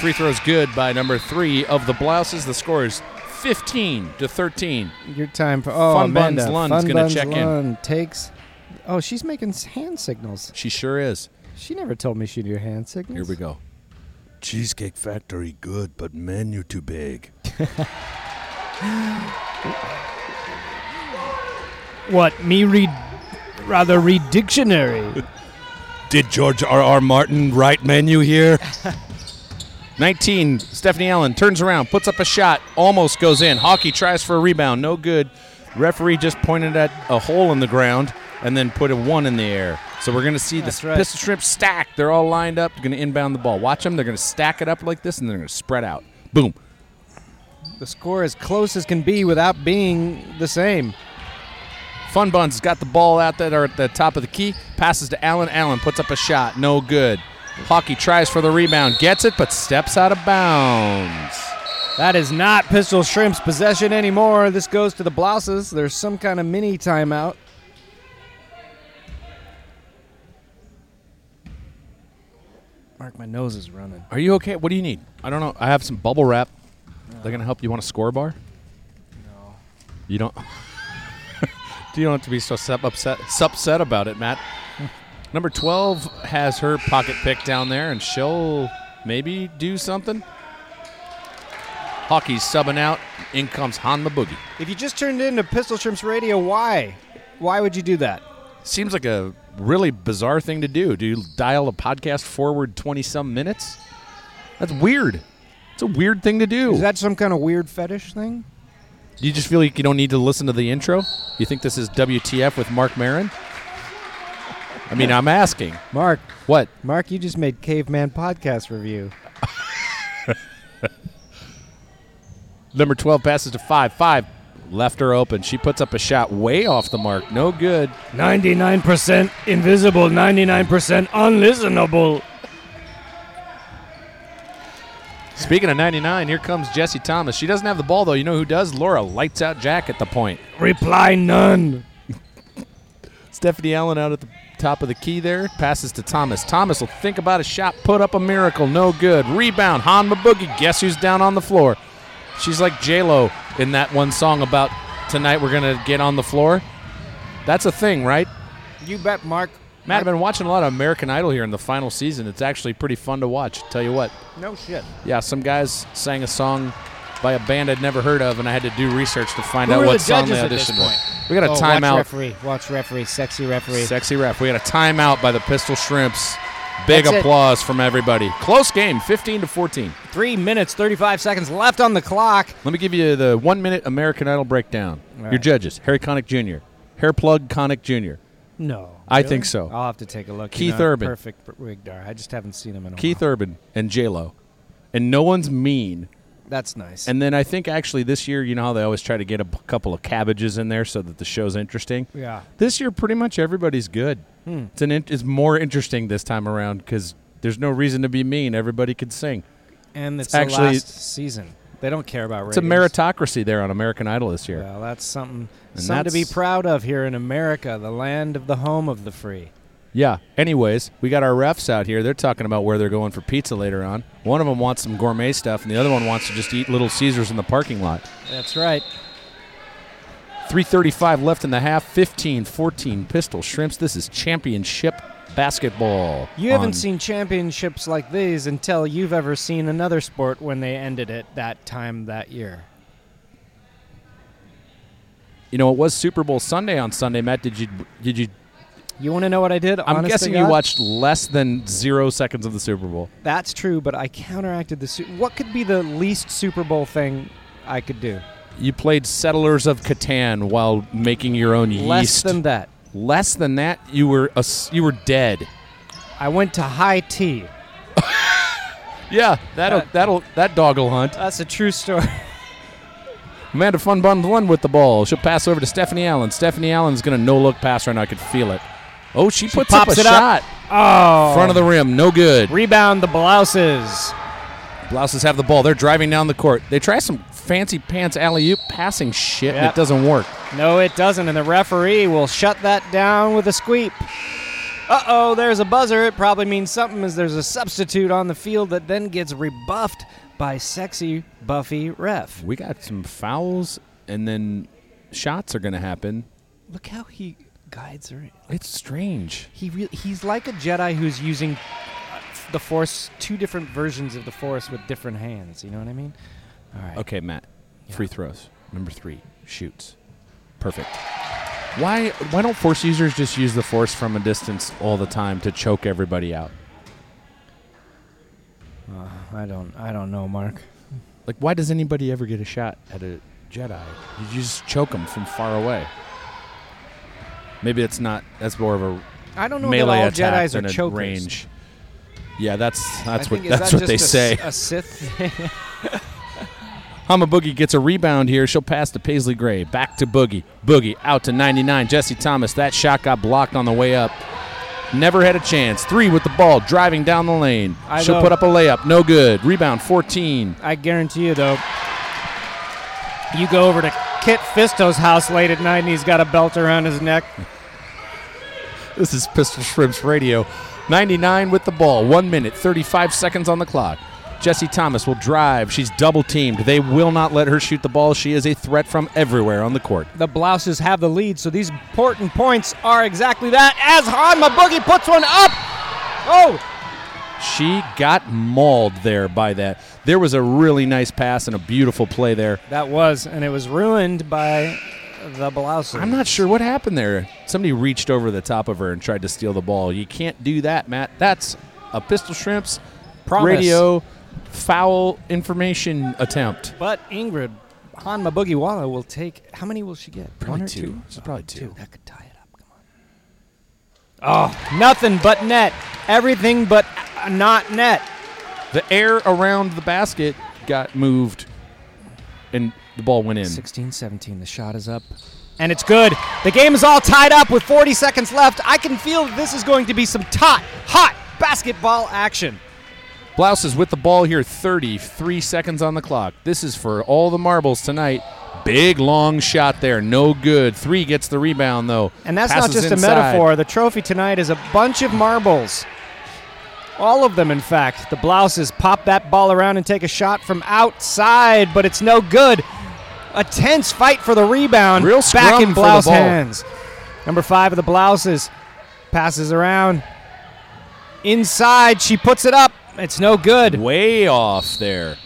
S2: Free throws good by number three of the blouses. The score is 15 to 13.
S1: Your time for oh
S2: Fun Buns
S1: Amanda.
S2: Lun's
S1: Fun
S2: gonna
S1: Buns
S2: check in.
S1: Lun takes. Oh, she's making s- hand signals.
S2: She sure is.
S1: She never told me she knew hand signals.
S2: Here we go. Cheesecake Factory good, but menu too big.
S1: What me read? Rather read dictionary.
S2: Did George R. R. Martin write menu <laughs> here? 19. Stephanie Allen turns around, puts up a shot, almost goes in. Hockey tries for a rebound, no good. Referee just pointed at a hole in the ground and then put a one in the air. So we're going to see
S1: That's
S2: the
S1: right.
S2: Pistol Shrimp stack. They're all lined up, going to inbound the ball. Watch them. They're going to stack it up like this and they're going to spread out. Boom.
S1: the score as close as can be without being the same.
S2: Fun Buns got the ball out that are at the top of the key. Passes to Allen. Allen puts up a shot. No good. Hockey tries for the rebound. Gets it, but steps out of bounds.
S1: That is not Pistol Shrimp's possession anymore. This goes to the Blouses. There's some kind of mini timeout. Mark, my nose is running.
S2: Are you okay? What do you need? I don't know. I have some bubble wrap. They're going to help you. Want a score bar? No. You don't. <laughs> you don't have to be so sup- upset, upset about it, Matt. Number 12 has her pocket pick down there, and she'll maybe do something. Hockey's subbing out. In comes Han the Boogie.
S1: If you just turned into Pistol Shrimp's radio, why? Why would you do that?
S2: Seems like a really bizarre thing to do. Do you dial a podcast forward 20 some minutes? That's weird. It's a weird thing to do.
S1: Is that some kind of weird fetish thing?
S2: do you just feel like you don't need to listen to the intro? You think this is WTF with Mark Marin? I mean, I'm asking.
S1: Mark,
S2: What?
S1: Mark, you just made Caveman Podcast Review.
S2: Number 12 passes to 5 5. Left her open. She puts up a shot way off the mark. No good.
S1: 99% invisible, 99% unlistenable.
S2: Speaking of 99, here comes Jesse Thomas. She doesn't have the ball, though. You know who does? Laura lights out Jack at the point.
S1: Reply none.
S2: <laughs> Stephanie Allen out at the top of the key there. Passes to Thomas. Thomas will think about a shot, put up a miracle. No good. Rebound. Han Maboogie. Guess who's down on the floor? She's like J-Lo in that one song about tonight we're going to get on the floor. That's a thing, right?
S1: You bet, Mark.
S2: Matt, I've been watching a lot of American Idol here in the final season. It's actually pretty fun to watch. Tell you what.
S1: No shit.
S2: Yeah, some guys sang a song by a band I'd never heard of, and I had to do research to find
S5: Who
S2: out
S5: were
S2: what
S5: the
S2: song they
S5: judges at this
S2: auditioned
S5: point?
S2: with. We got a
S1: oh, Watch
S2: timeout.
S1: referee. Watch referee. Sexy referee.
S2: Sexy ref. We had a timeout by the Pistol Shrimps. Big
S1: That's it.
S2: applause from everybody. Close game, 15 to 14.
S1: Three minutes, 35 seconds left on the clock.
S2: Let me give you the one minute American Idol breakdown. Your judges Harry Connick Jr., Hairplug Connick Jr.,
S1: No.
S2: I think so.
S1: I'll have to take a look.
S2: Keith
S1: you know,
S2: Urban.
S1: Perfect br- Rigdar. I just haven't seen him in a
S2: Keith
S1: while.
S2: Urban, and J-Lo. And no one's mean.
S1: That's nice.
S2: And then I think actually this year, you know how they always try to get a b- couple of cabbages in there so that the show's interesting?
S1: Yeah.
S2: This year, pretty much everybody's good. It's, an in- it's more interesting this time around because there's no reason to be mean. Everybody could sing.
S1: And it's,
S2: actually-
S1: the last season. They don't care about
S2: It's a meritocracy there on American Idol this year.
S1: Well, that's something,
S2: And
S1: something to be
S2: that's-
S1: proud of here in America, the land of the home of the free.
S2: Yeah. Anyways, we got our refs out here. They're talking about where they're going for pizza later on. One of them wants some gourmet stuff, and the other one wants to just eat Little Caesars in the parking lot.
S1: That's right.
S2: 335 left in the half, 15 14 pistol shrimps. This is championship basketball.
S1: You haven't
S2: on-
S1: seen championships like these until you've ever seen another sport when they ended it that time that year.
S2: You know, it was Super Bowl Sunday on Sunday, Matt. Did you? Did you?
S1: You want to know what I did?
S2: I'm
S1: honest to
S2: guessing you
S1: God?
S2: watched less than zero seconds of the Super Bowl.
S1: That's true, but I counteracted the. Su- what could be the least Super Bowl thing I could do?
S2: You played Settlers of Catan while making your own
S1: Less
S2: yeast.
S1: than that.
S2: Less than that, you were a s you were dead.
S1: I went to high tea.
S2: Yeah, that'll that'll that dog'll hunt.
S1: That's a true story.
S2: Amanda Funbun one with the ball. She'll pass over to Stephanie Allen. Stephanie Allen's gonna no look pass right now. I could feel it. Oh, she, puts
S1: pops
S2: up a
S1: it
S2: shot.
S1: up. Oh.
S2: Front of the rim, no good.
S1: Rebound the blouses.
S2: Blouses have the ball. They're driving down the court. They try some fancy pants alley oop passing shit, and
S1: Yep.
S2: it doesn't work.
S1: No, it doesn't, and the referee will shut that down with a squeak. Uh oh, there's a buzzer. It probably means something as there's a substitute on the field that then gets rebuffed by sexy Buffy Ref.
S2: We got some fouls, and then shots are gonna happen.
S1: Look how he guides her.
S2: It's strange.
S1: He re- he's like a Jedi who's using uh, the Force, two different versions of the Force with different hands. You know what I mean? All right.
S2: Okay, Matt. Free throws. Number three. Shoots. Perfect. Why why don't force users just use the force from a distance all the time to choke everybody out?
S1: I don't I don't know, Mark.
S2: Like why does anybody ever get a shot at a Jedi? You just choke them from far away. Maybe it's not that's more of a
S1: I don't know
S2: melee
S1: that all
S2: attack
S1: Jedi's
S2: than
S1: are
S2: a
S1: chokers.
S2: range. Yeah, that's
S1: I
S2: that's what
S1: think- is
S2: that's
S1: that
S2: what they
S1: just
S2: say.
S1: a, s- A
S2: <laughs>
S1: Sith. thing?
S2: Hama Boogie gets a rebound here. She'll pass to Paisley Gray. Back to Boogie. Boogie out to 99. Jesse Thomas. That shot got blocked on the way up. Never had a chance. Three with the ball, driving down the lane.
S1: I
S2: She'll
S1: know.
S2: put up a layup. No good. Rebound 14.
S1: I guarantee you, though, you go over to Kit Fisto's house late at night and he's got a belt around his neck.
S2: This is Pistol Shrimps Radio. 99 with the ball. One minute, 35 seconds on the clock. Jesse Thomas will drive. She's double teamed. They will not let her shoot the ball. She is a threat from everywhere on the court.
S1: The blouses have the lead, so these important points are exactly that. As Hanma Boogie puts one up. Oh,
S2: She got mauled there by that. There was a really nice pass and a beautiful play there.
S1: that was, and it was ruined by the blouses.
S2: I'm not sure what happened there. Somebody reached over the top of her and tried to steal the ball. You can't do that, Matt. That's a Pistol Shrimps
S1: Promise.
S2: radio foul information attempt.
S1: But Ingrid Hanma Boogie Walla will take. How many will she get? Probably
S2: two. It's probably two.
S1: That could tie it up. Come on. Oh, nothing but net. Everything but uh, not net.
S2: The air around the basket got moved and the ball went in.
S1: 16 17. The shot is up. And it's good. The game is all tied up with 40 seconds left. I can feel that this is going to be some tot, hot basketball action.
S2: Blouses with the ball here, 33 seconds on the clock. This is for all the marbles tonight. Big long shot there, no good. Three gets the rebound though.
S1: And that's
S2: Passes
S1: not just
S2: inside.
S1: a metaphor. The trophy tonight is a bunch of marbles. All of them, in fact. The blouses pop that ball around and take a shot from outside, but it's no good. A tense fight for the rebound.
S2: Real
S1: back
S2: scrum for
S1: in
S2: the
S1: blouse
S2: ball.
S1: hands. Number five of the blouses passes around. Inside, she puts it up. It's no good.
S2: Way off there.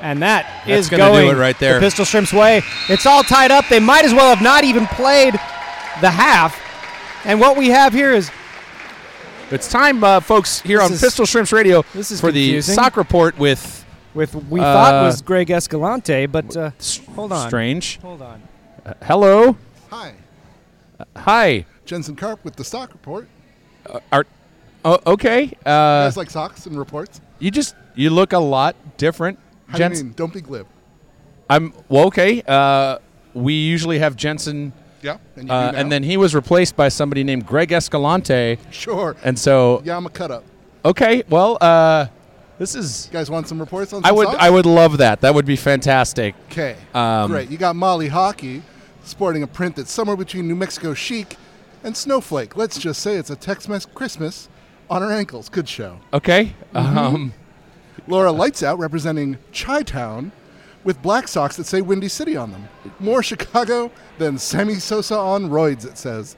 S1: And that
S2: That's
S1: is
S2: gonna do
S1: going
S2: it right there.
S1: The Pistol Shrimp's way. It's all tied up. They might as well have not even played the half. And what we have here is
S2: It's time, uh, folks, here
S1: This
S2: on
S1: is-
S2: Pistol Shrimps Radio
S1: this is
S2: for
S1: confusing.
S2: the sock report with
S1: with we
S2: Uh,
S1: thought was Greg Escalante, but uh, hold on,
S2: Strange. Uh,
S1: hold on.
S2: Hello. Uh,
S6: Hi,
S2: Hi. Uh,
S6: Jensen Karp with the Stock Report.
S2: Are, oh, okay.
S6: You
S2: Uh,
S6: guys like socks and reports?
S2: you just you look a lot different.
S6: How do you
S2: Jensen,
S6: mean? Don't be glib.
S2: I'm well, okay. Uh, we usually have Jensen
S6: Yeah, and you
S2: Uh,
S6: do now.
S2: and then he was replaced by somebody named Greg Escalante.
S6: sure.
S2: And so,
S6: yeah, I'm a cut up.
S2: okay, well, uh, this is.
S6: You guys want some reports on? Some
S2: I would,
S6: Socks?
S2: I would love that. That would be fantastic.
S6: Okay.
S2: Um,
S6: Great. You got Molly Hockey sporting a print that's somewhere between New Mexico chic and snowflake. Let's just say it's a Tex-Mex Christmas on her ankles. Good show.
S2: Okay.
S6: Mm-hmm.
S2: Um,
S6: Laura Lights Out representing Chi-Town with black socks that say Windy City on them. More Chicago than Sammy Sosa on roids, it says.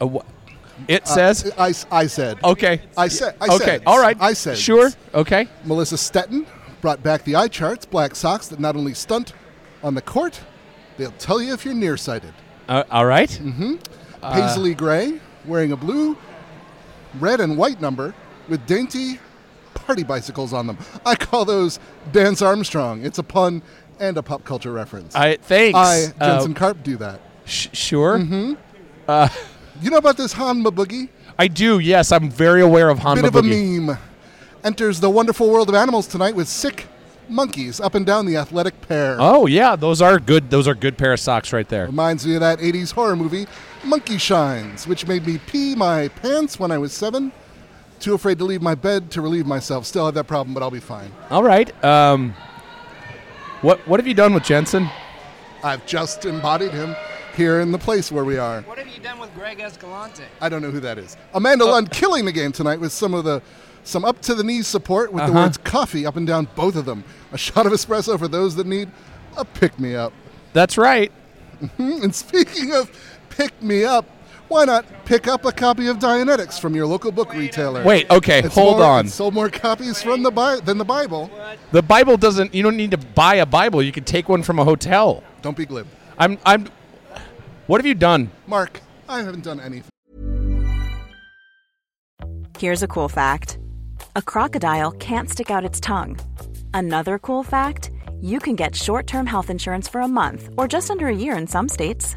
S2: uh, wh- It says.
S6: I, s- I said.
S2: okay.
S6: I said. I
S2: okay.
S6: said.
S2: All right.
S6: I said.
S2: Sure. Okay.
S6: Melissa Stetton brought back the eye charts, black socks that not only stunt on the court, they'll tell you if you're nearsighted.
S2: Uh, all right.
S6: Mm-hmm.
S2: Uh.
S6: Paisley Gray wearing a blue, red, and white number with dainty party bicycles on them. I call those Dance Armstrong. It's a pun and a pop culture reference.
S2: I thanks.
S6: I,
S2: Uh,
S6: Jensen Mm-hmm. Karp, do that.
S2: sh- sure.
S6: You know about this Hanma Boogie?
S2: I do. Yes, I'm very aware of Hanma
S6: Bit of
S2: Boogie.
S6: a meme. Enters the wonderful world of animals tonight with sick monkeys up and down the athletic pair.
S2: Oh yeah, those are good. Those are good pair of socks right there.
S6: Reminds me of that 80s horror movie, Monkey Shines, which made me pee my pants when I was seven. Too afraid to leave my bed to relieve myself. Still have that problem, but I'll be fine.
S2: All right. Um, what what have you done with Jensen?
S6: I've just embodied him here in the place where we are.
S4: What have you done with Greg Escalante?
S6: I don't know who that is. Amanda Lund killing the game tonight with some of the some up to the knees support with the words coffee up and down both of them. A shot of espresso for those that need a pick me up.
S2: That's right.
S6: Mm, And speaking of pick me up, why not pick up a copy of Dianetics from your local book retailer?
S2: Wait. Okay.
S6: It's
S2: hold
S6: more-
S2: on.
S6: it's sold more copies from the Bi- than the Bible.
S2: The Bible doesn't. You don't need to buy a Bible. You can take one from a hotel.
S6: Don't be glib,
S2: I'm. I'm. What have you done?
S6: Mark. I haven't done anything.
S7: Here's a cool fact a crocodile can't stick out its tongue. Another cool fact you can get short term health insurance for a month or just under a year in some states.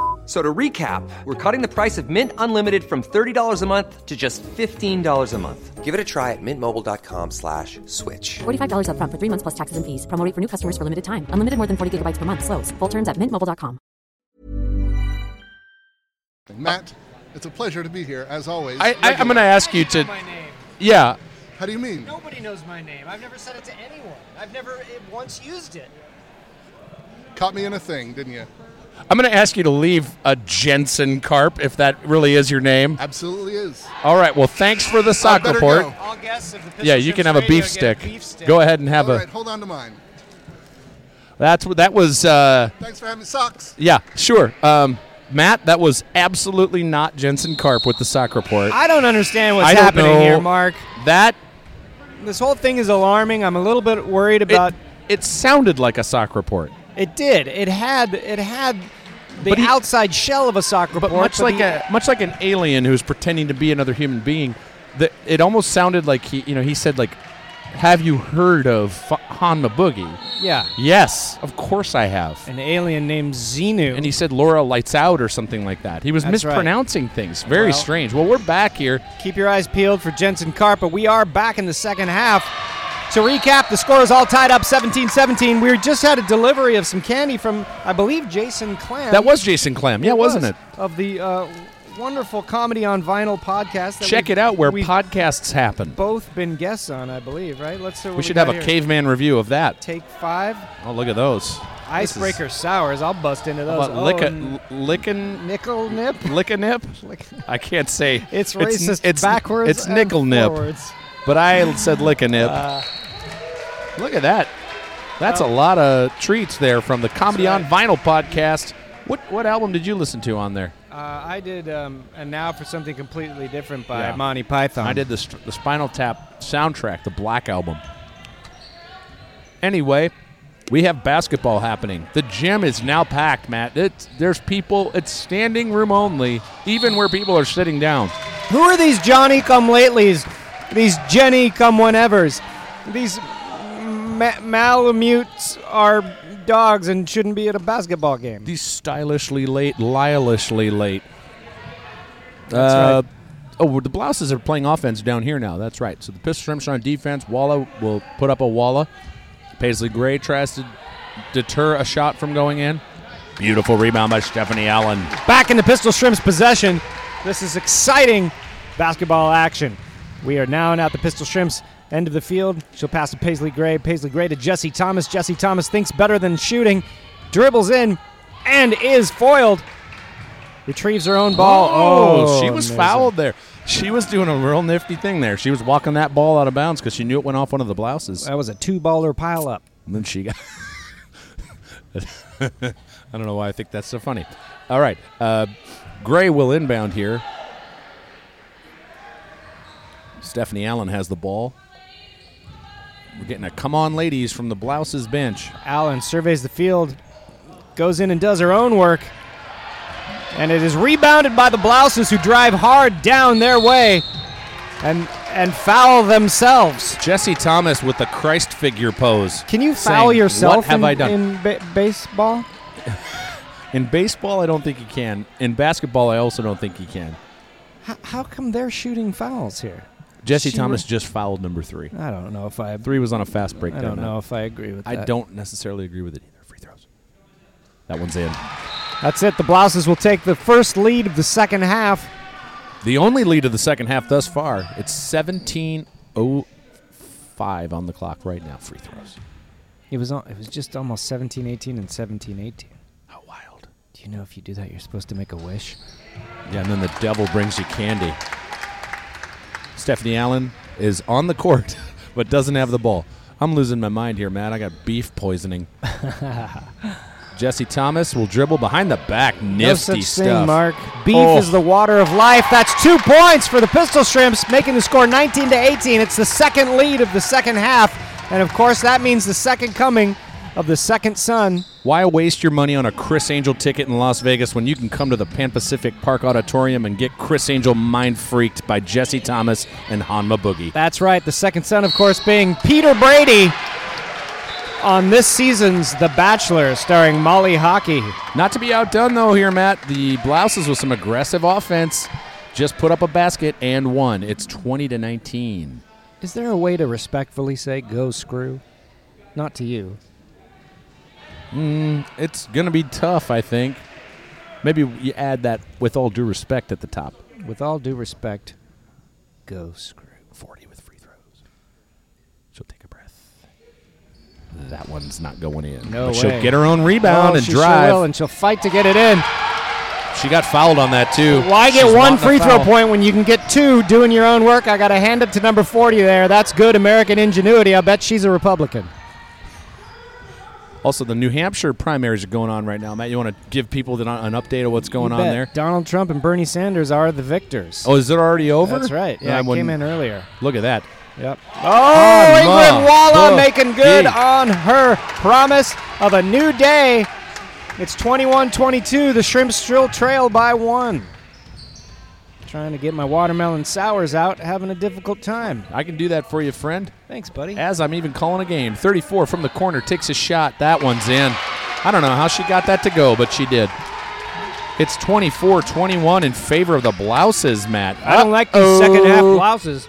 S8: So to recap, we're cutting the price of Mint Unlimited from $30 a month to just $15 a month. Give it a try at mintmobile.com slash switch.
S9: $45 upfront for three months plus taxes and fees. Promo rate for new customers for limited time. Unlimited more than 40 gigabytes per month. Slows. Full terms at mintmobile.com.
S6: Matt, it's a pleasure to be here as always.
S2: I, I I'm
S6: Regular.
S2: going to ask you to.
S1: My name.
S2: Yeah.
S6: How do you mean?
S1: Nobody knows my name. I've never said it to anyone. I've never eh, once used it.
S6: Caught me in a thing, didn't you?
S2: I'm going to ask you to leave a Jensen Carp if that really is your name.
S6: Absolutely is.
S2: All right. Well, thanks for the sock
S6: better
S2: report.
S6: go.
S1: I'll guess if the Pistol
S2: Yeah, you can
S1: Shrimps
S2: have a
S1: Radio
S2: beef
S1: get
S2: stick.
S1: beef stick.
S2: Go ahead and have
S6: All
S2: a.
S6: right, hold on to mine.
S2: That's what that was. Uh,
S6: Thanks for having me. Socks.
S2: yeah, sure. Um, Matt, that was absolutely not Jensen Carp with the sock report.
S1: I don't understand what's
S2: I don't
S1: happening
S2: know.
S1: here, Mark.
S2: that
S1: This whole thing is alarming. I'm a little bit worried about.
S2: it, it sounded like a sock report,
S1: It did. It had. It had the
S2: But he-
S1: outside shell of a soccer
S2: but
S1: report,
S2: much like
S1: the-
S2: a much like an alien who's pretending to be another human being. The, it almost sounded like he, you know, he said like, "Have you heard of F- Hanma Boogie?"
S1: yeah,
S2: Yes, of course I have.
S1: an alien named Xenu.
S2: and he said Laura lights out or something like that. He was
S1: That's right.
S2: mispronouncing things. Very
S1: Well-
S2: strange. Well, we're back here.
S1: Keep your eyes peeled for Jensen Carp, but we are back in the second half. To recap, the score is all tied up 17 17. We just had a delivery of some candy from, I believe, Jason Clam.
S2: That was Jason Clem. Yeah, wasn't it?
S1: Of the uh, wonderful Comedy on Vinyl podcast. That
S2: Check
S1: we've-
S2: it out where
S1: we've
S2: podcasts happen.
S1: both been guests on, I believe, right? Let's see what
S2: We should have
S1: got
S2: a
S1: here.
S2: caveman review of that.
S1: Take five.
S2: Oh, look at those.
S1: Icebreaker sours. I'll bust into those.
S2: But
S1: Oh,
S2: lick
S1: n-
S2: a, lickin'
S1: nickel nip.
S2: lick a nip?
S1: Lick-
S2: I can't say.
S1: It's
S2: n-
S1: racist
S2: it's,
S1: backwards.
S2: It's
S1: and Uh,
S2: nickel nip.
S1: forwards.
S2: But I said lick a nip. look at that. That's
S1: Oh.
S2: a lot of treats there from the Comedy on Vinyl podcast. What what album did you listen to on there?
S1: Uh, I did, um, and now for something completely different by
S2: Yeah.
S1: Monty Python.
S2: I did the, st- the Spinal Tap soundtrack, the Black Album. Anyway, we have basketball happening. The gym is now packed, Matt. It's, there's people, it's standing room only, even where people are sitting down.
S1: Who are these Johnny come latelys? These Jenny come whenevers? These ma- Malamutes are dogs and shouldn't be at a basketball game.
S2: These stylishly late, lilishly late.
S1: That's
S2: Uh,
S1: right.
S2: Oh, well, the Blouses are playing offense down here now. That's right. So the Pistol Shrimps are on defense. Walla will put up a Walla. Paisley Gray tries to deter a shot from going in. Beautiful rebound by Stephanie Allen.
S1: Back in the Pistol Shrimp's possession. This is exciting basketball action. We are now at the Pistol Shrimp's end of the field. She'll pass to Paisley Gray. Paisley Gray to Jesse Thomas. Jesse Thomas thinks better than shooting, dribbles in, and is foiled. Retrieves her own ball. Oh,
S2: she was
S1: amazing.
S2: fouled there. She was doing a real nifty thing there. She was walking that ball out of bounds because she knew it went off one of the blouses.
S1: That was a two baller pile up.
S2: And then she got. <laughs> I don't know why I think that's so funny. All right. Uh, Gray will inbound here. Stephanie Allen has the ball. We're getting a come on, ladies, from the blouses bench.
S1: Allen surveys the field, goes in and does her own work. And it is rebounded by the Blouses who drive hard down their way and and foul themselves.
S2: Jesse Thomas with the Christ figure pose.
S1: Can you foul
S2: saying,
S1: yourself
S2: What have
S1: in,
S2: I done?
S1: in ba- baseball?
S2: In baseball, I don't think you can. In basketball, I also don't think you can.
S1: How, how come they're shooting fouls here?
S2: Jesse
S1: She
S2: Thomas just fouled number three.
S1: I don't know if I
S2: Three was on a fast break.
S1: I don't know if I agree with that.
S2: I don't necessarily agree with it either. Free throws. That one's in.
S1: That's it. The Blouses will take the first lead of the second half.
S2: The only lead of the second half thus far. It's 17:05 on the clock right now. Free throws.
S1: It was al- it was just almost 17-18 and 17-18.
S2: How wild.
S1: Do you know if you do that you're supposed to make a wish?
S2: Yeah, and then the devil brings you candy. Stephanie Allen is on the court, <laughs> but doesn't have the ball. I'm losing my mind here, Matt. I got
S1: <laughs>
S2: beef poisoning. Jesse Thomas will dribble behind the back. Nifty
S1: no such
S2: stuff.
S1: thing, Mark. Beef
S2: Oh.
S1: is the water of life. That's two points for the Pistol Shrimps, making the score 19 to 18. It's the second lead of the second half, and of course that means the second coming of the second son.
S2: Why waste your money on a Chris Angel ticket in Las Vegas when you can come to the Pan Pacific Park Auditorium and get Chris Angel mind freaked by Jesse Thomas and Hanma Boogie?
S1: That's right. The second son, of course, being Peter Brady on this season's The Bachelor, starring Molly Hockey.
S2: Not to be outdone though here, Matt. The Blouses with some aggressive offense just put up a basket and won. It's twenty to nineteen.
S1: Is there a way to respectfully say "go screw"? Not to you.
S2: It's gonna be tough, I think. Maybe you add that with all due respect at the top.
S1: With all due respect, go screw.
S2: Forty with free throws. She'll take a breath. That one's not going in.
S1: No
S2: but she'll
S1: way.
S2: get her own rebound
S1: Oh,
S2: and
S1: she sure
S2: drive.
S1: will, and she'll fight to get it in.
S2: She got fouled on that too.
S1: Why get
S2: She's
S1: one
S2: wanting a
S1: free throw
S2: foul.
S1: point when you can get two doing your own work? I got to hand it to number 40 there. That's good American ingenuity. I bet she's a Republican.
S2: Also, the New Hampshire primaries are going on right now. Matt, you want to give people the, an update of what's going
S1: You
S2: on
S1: bet.
S2: there?
S1: Donald Trump and Bernie Sanders are the victors.
S2: Oh, is it already over?
S1: That's right.
S2: I
S1: Yeah, it
S2: wouldn't-
S1: came in earlier.
S2: Look at that.
S1: Yep. Oh, Ingrid Walla making good
S2: boogie.
S1: on her promise of a new day. It's 21-22. The Shrimps still trail by one. Trying to get my watermelon sours out, having a difficult time.
S2: I can do that for you, friend.
S1: Thanks, buddy.
S2: As I'm even calling a game, 34 from the corner takes a shot. That one's in. I don't know how she got that to go, but she did. It's 24-21 in favor of the Blouses, Matt.
S1: I don't like these
S2: Uh-oh.
S1: second half blouses.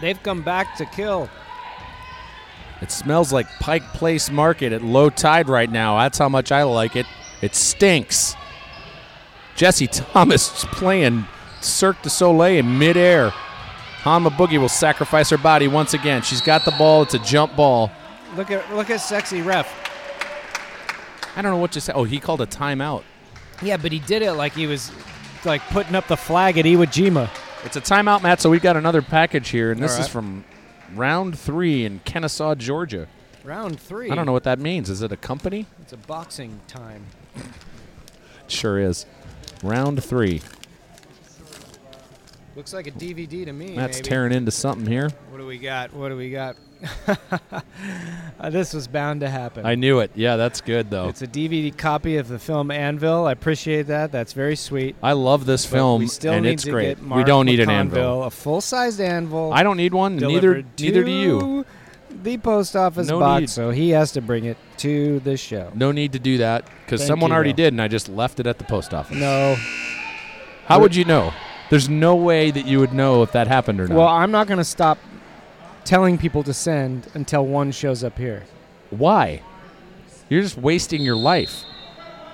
S1: They've come back to kill.
S2: It smells like Pike Place Market at low tide right now. That's how much I like it. It stinks. Jesse Thomas is playing Cirque du Soleil in midair. Hama Boogie will sacrifice her body once again. She's got the ball. It's a jump ball.
S1: Look at look at sexy ref.
S2: I don't know what just said. Oh, he called a timeout.
S1: Yeah, but he did it like he was like putting up the flag at Iwo Jima.
S2: It's a timeout, Matt. So we've got another package here, and this
S1: All
S2: is
S1: right.
S2: from round three in Kennesaw, Georgia.
S1: Round three.
S2: I don't know what that means. Is it a company?
S1: It's a boxing time.
S2: It sure is. Round three.
S1: Looks like a DVD to me.
S2: Matt's
S1: maybe.
S2: tearing into something here.
S1: What do we got? What do we got? Uh, this was bound to happen.
S2: I knew it. Yeah, that's good though.
S1: it's a DVD copy of the film Anvil. I appreciate that. That's very sweet.
S2: I love this
S1: But
S2: film,
S1: we still
S2: and
S1: need
S2: it's
S1: to
S2: great.
S1: Get
S2: We
S1: Mark
S2: don't need an
S1: McConville
S2: anvil.
S1: A full-sized anvil.
S2: I don't need one. Neither,
S1: delivered
S2: neither do you.
S1: to The post office
S2: No
S1: box,
S2: need.
S1: so he has to bring it to the show.
S2: No need to do that because
S1: Thank
S2: someone
S1: you,
S2: already
S1: though.
S2: did, and I just left it at the post
S1: <laughs>
S2: office.
S1: No.
S2: How would you know? There's no way that you would know if that happened or not.
S1: Well, I'm not going to stop telling people to send until one shows up here.
S2: Why? You're just wasting your life.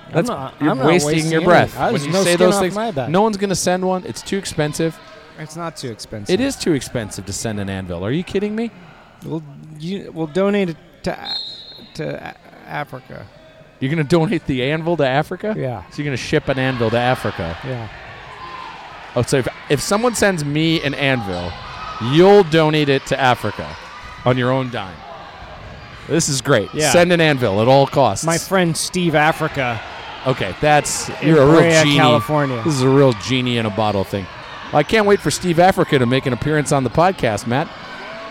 S1: I'm
S2: That's,
S1: not-
S2: you're
S1: I'm not
S2: wasting,
S1: wasting
S2: your
S1: any.
S2: breath
S1: I-
S2: when
S1: there's
S2: you
S1: no
S2: say
S1: skin
S2: those
S1: off
S2: things.
S1: my back.
S2: No one's going to send one. It's too expensive.
S1: It's not too expensive.
S2: It is too expensive to send an anvil. Are you kidding me?
S1: We'll, you, we'll donate it to to A- Africa.
S2: You're going to donate the anvil to Africa?
S1: Yeah.
S2: So you're going to ship an anvil to Africa.
S1: Yeah.
S2: Oh, so if, if someone sends me an anvil, you'll donate it to Africa on your own dime. This is great.
S1: Yeah.
S2: Send an anvil at all costs.
S1: My friend Steve Africa.
S2: okay, that's
S1: in
S2: you're a real
S1: Brea,
S2: genie.
S1: California.
S2: This is a real genie in a bottle thing. I can't wait for Steve Africa to make an appearance on the podcast, Matt.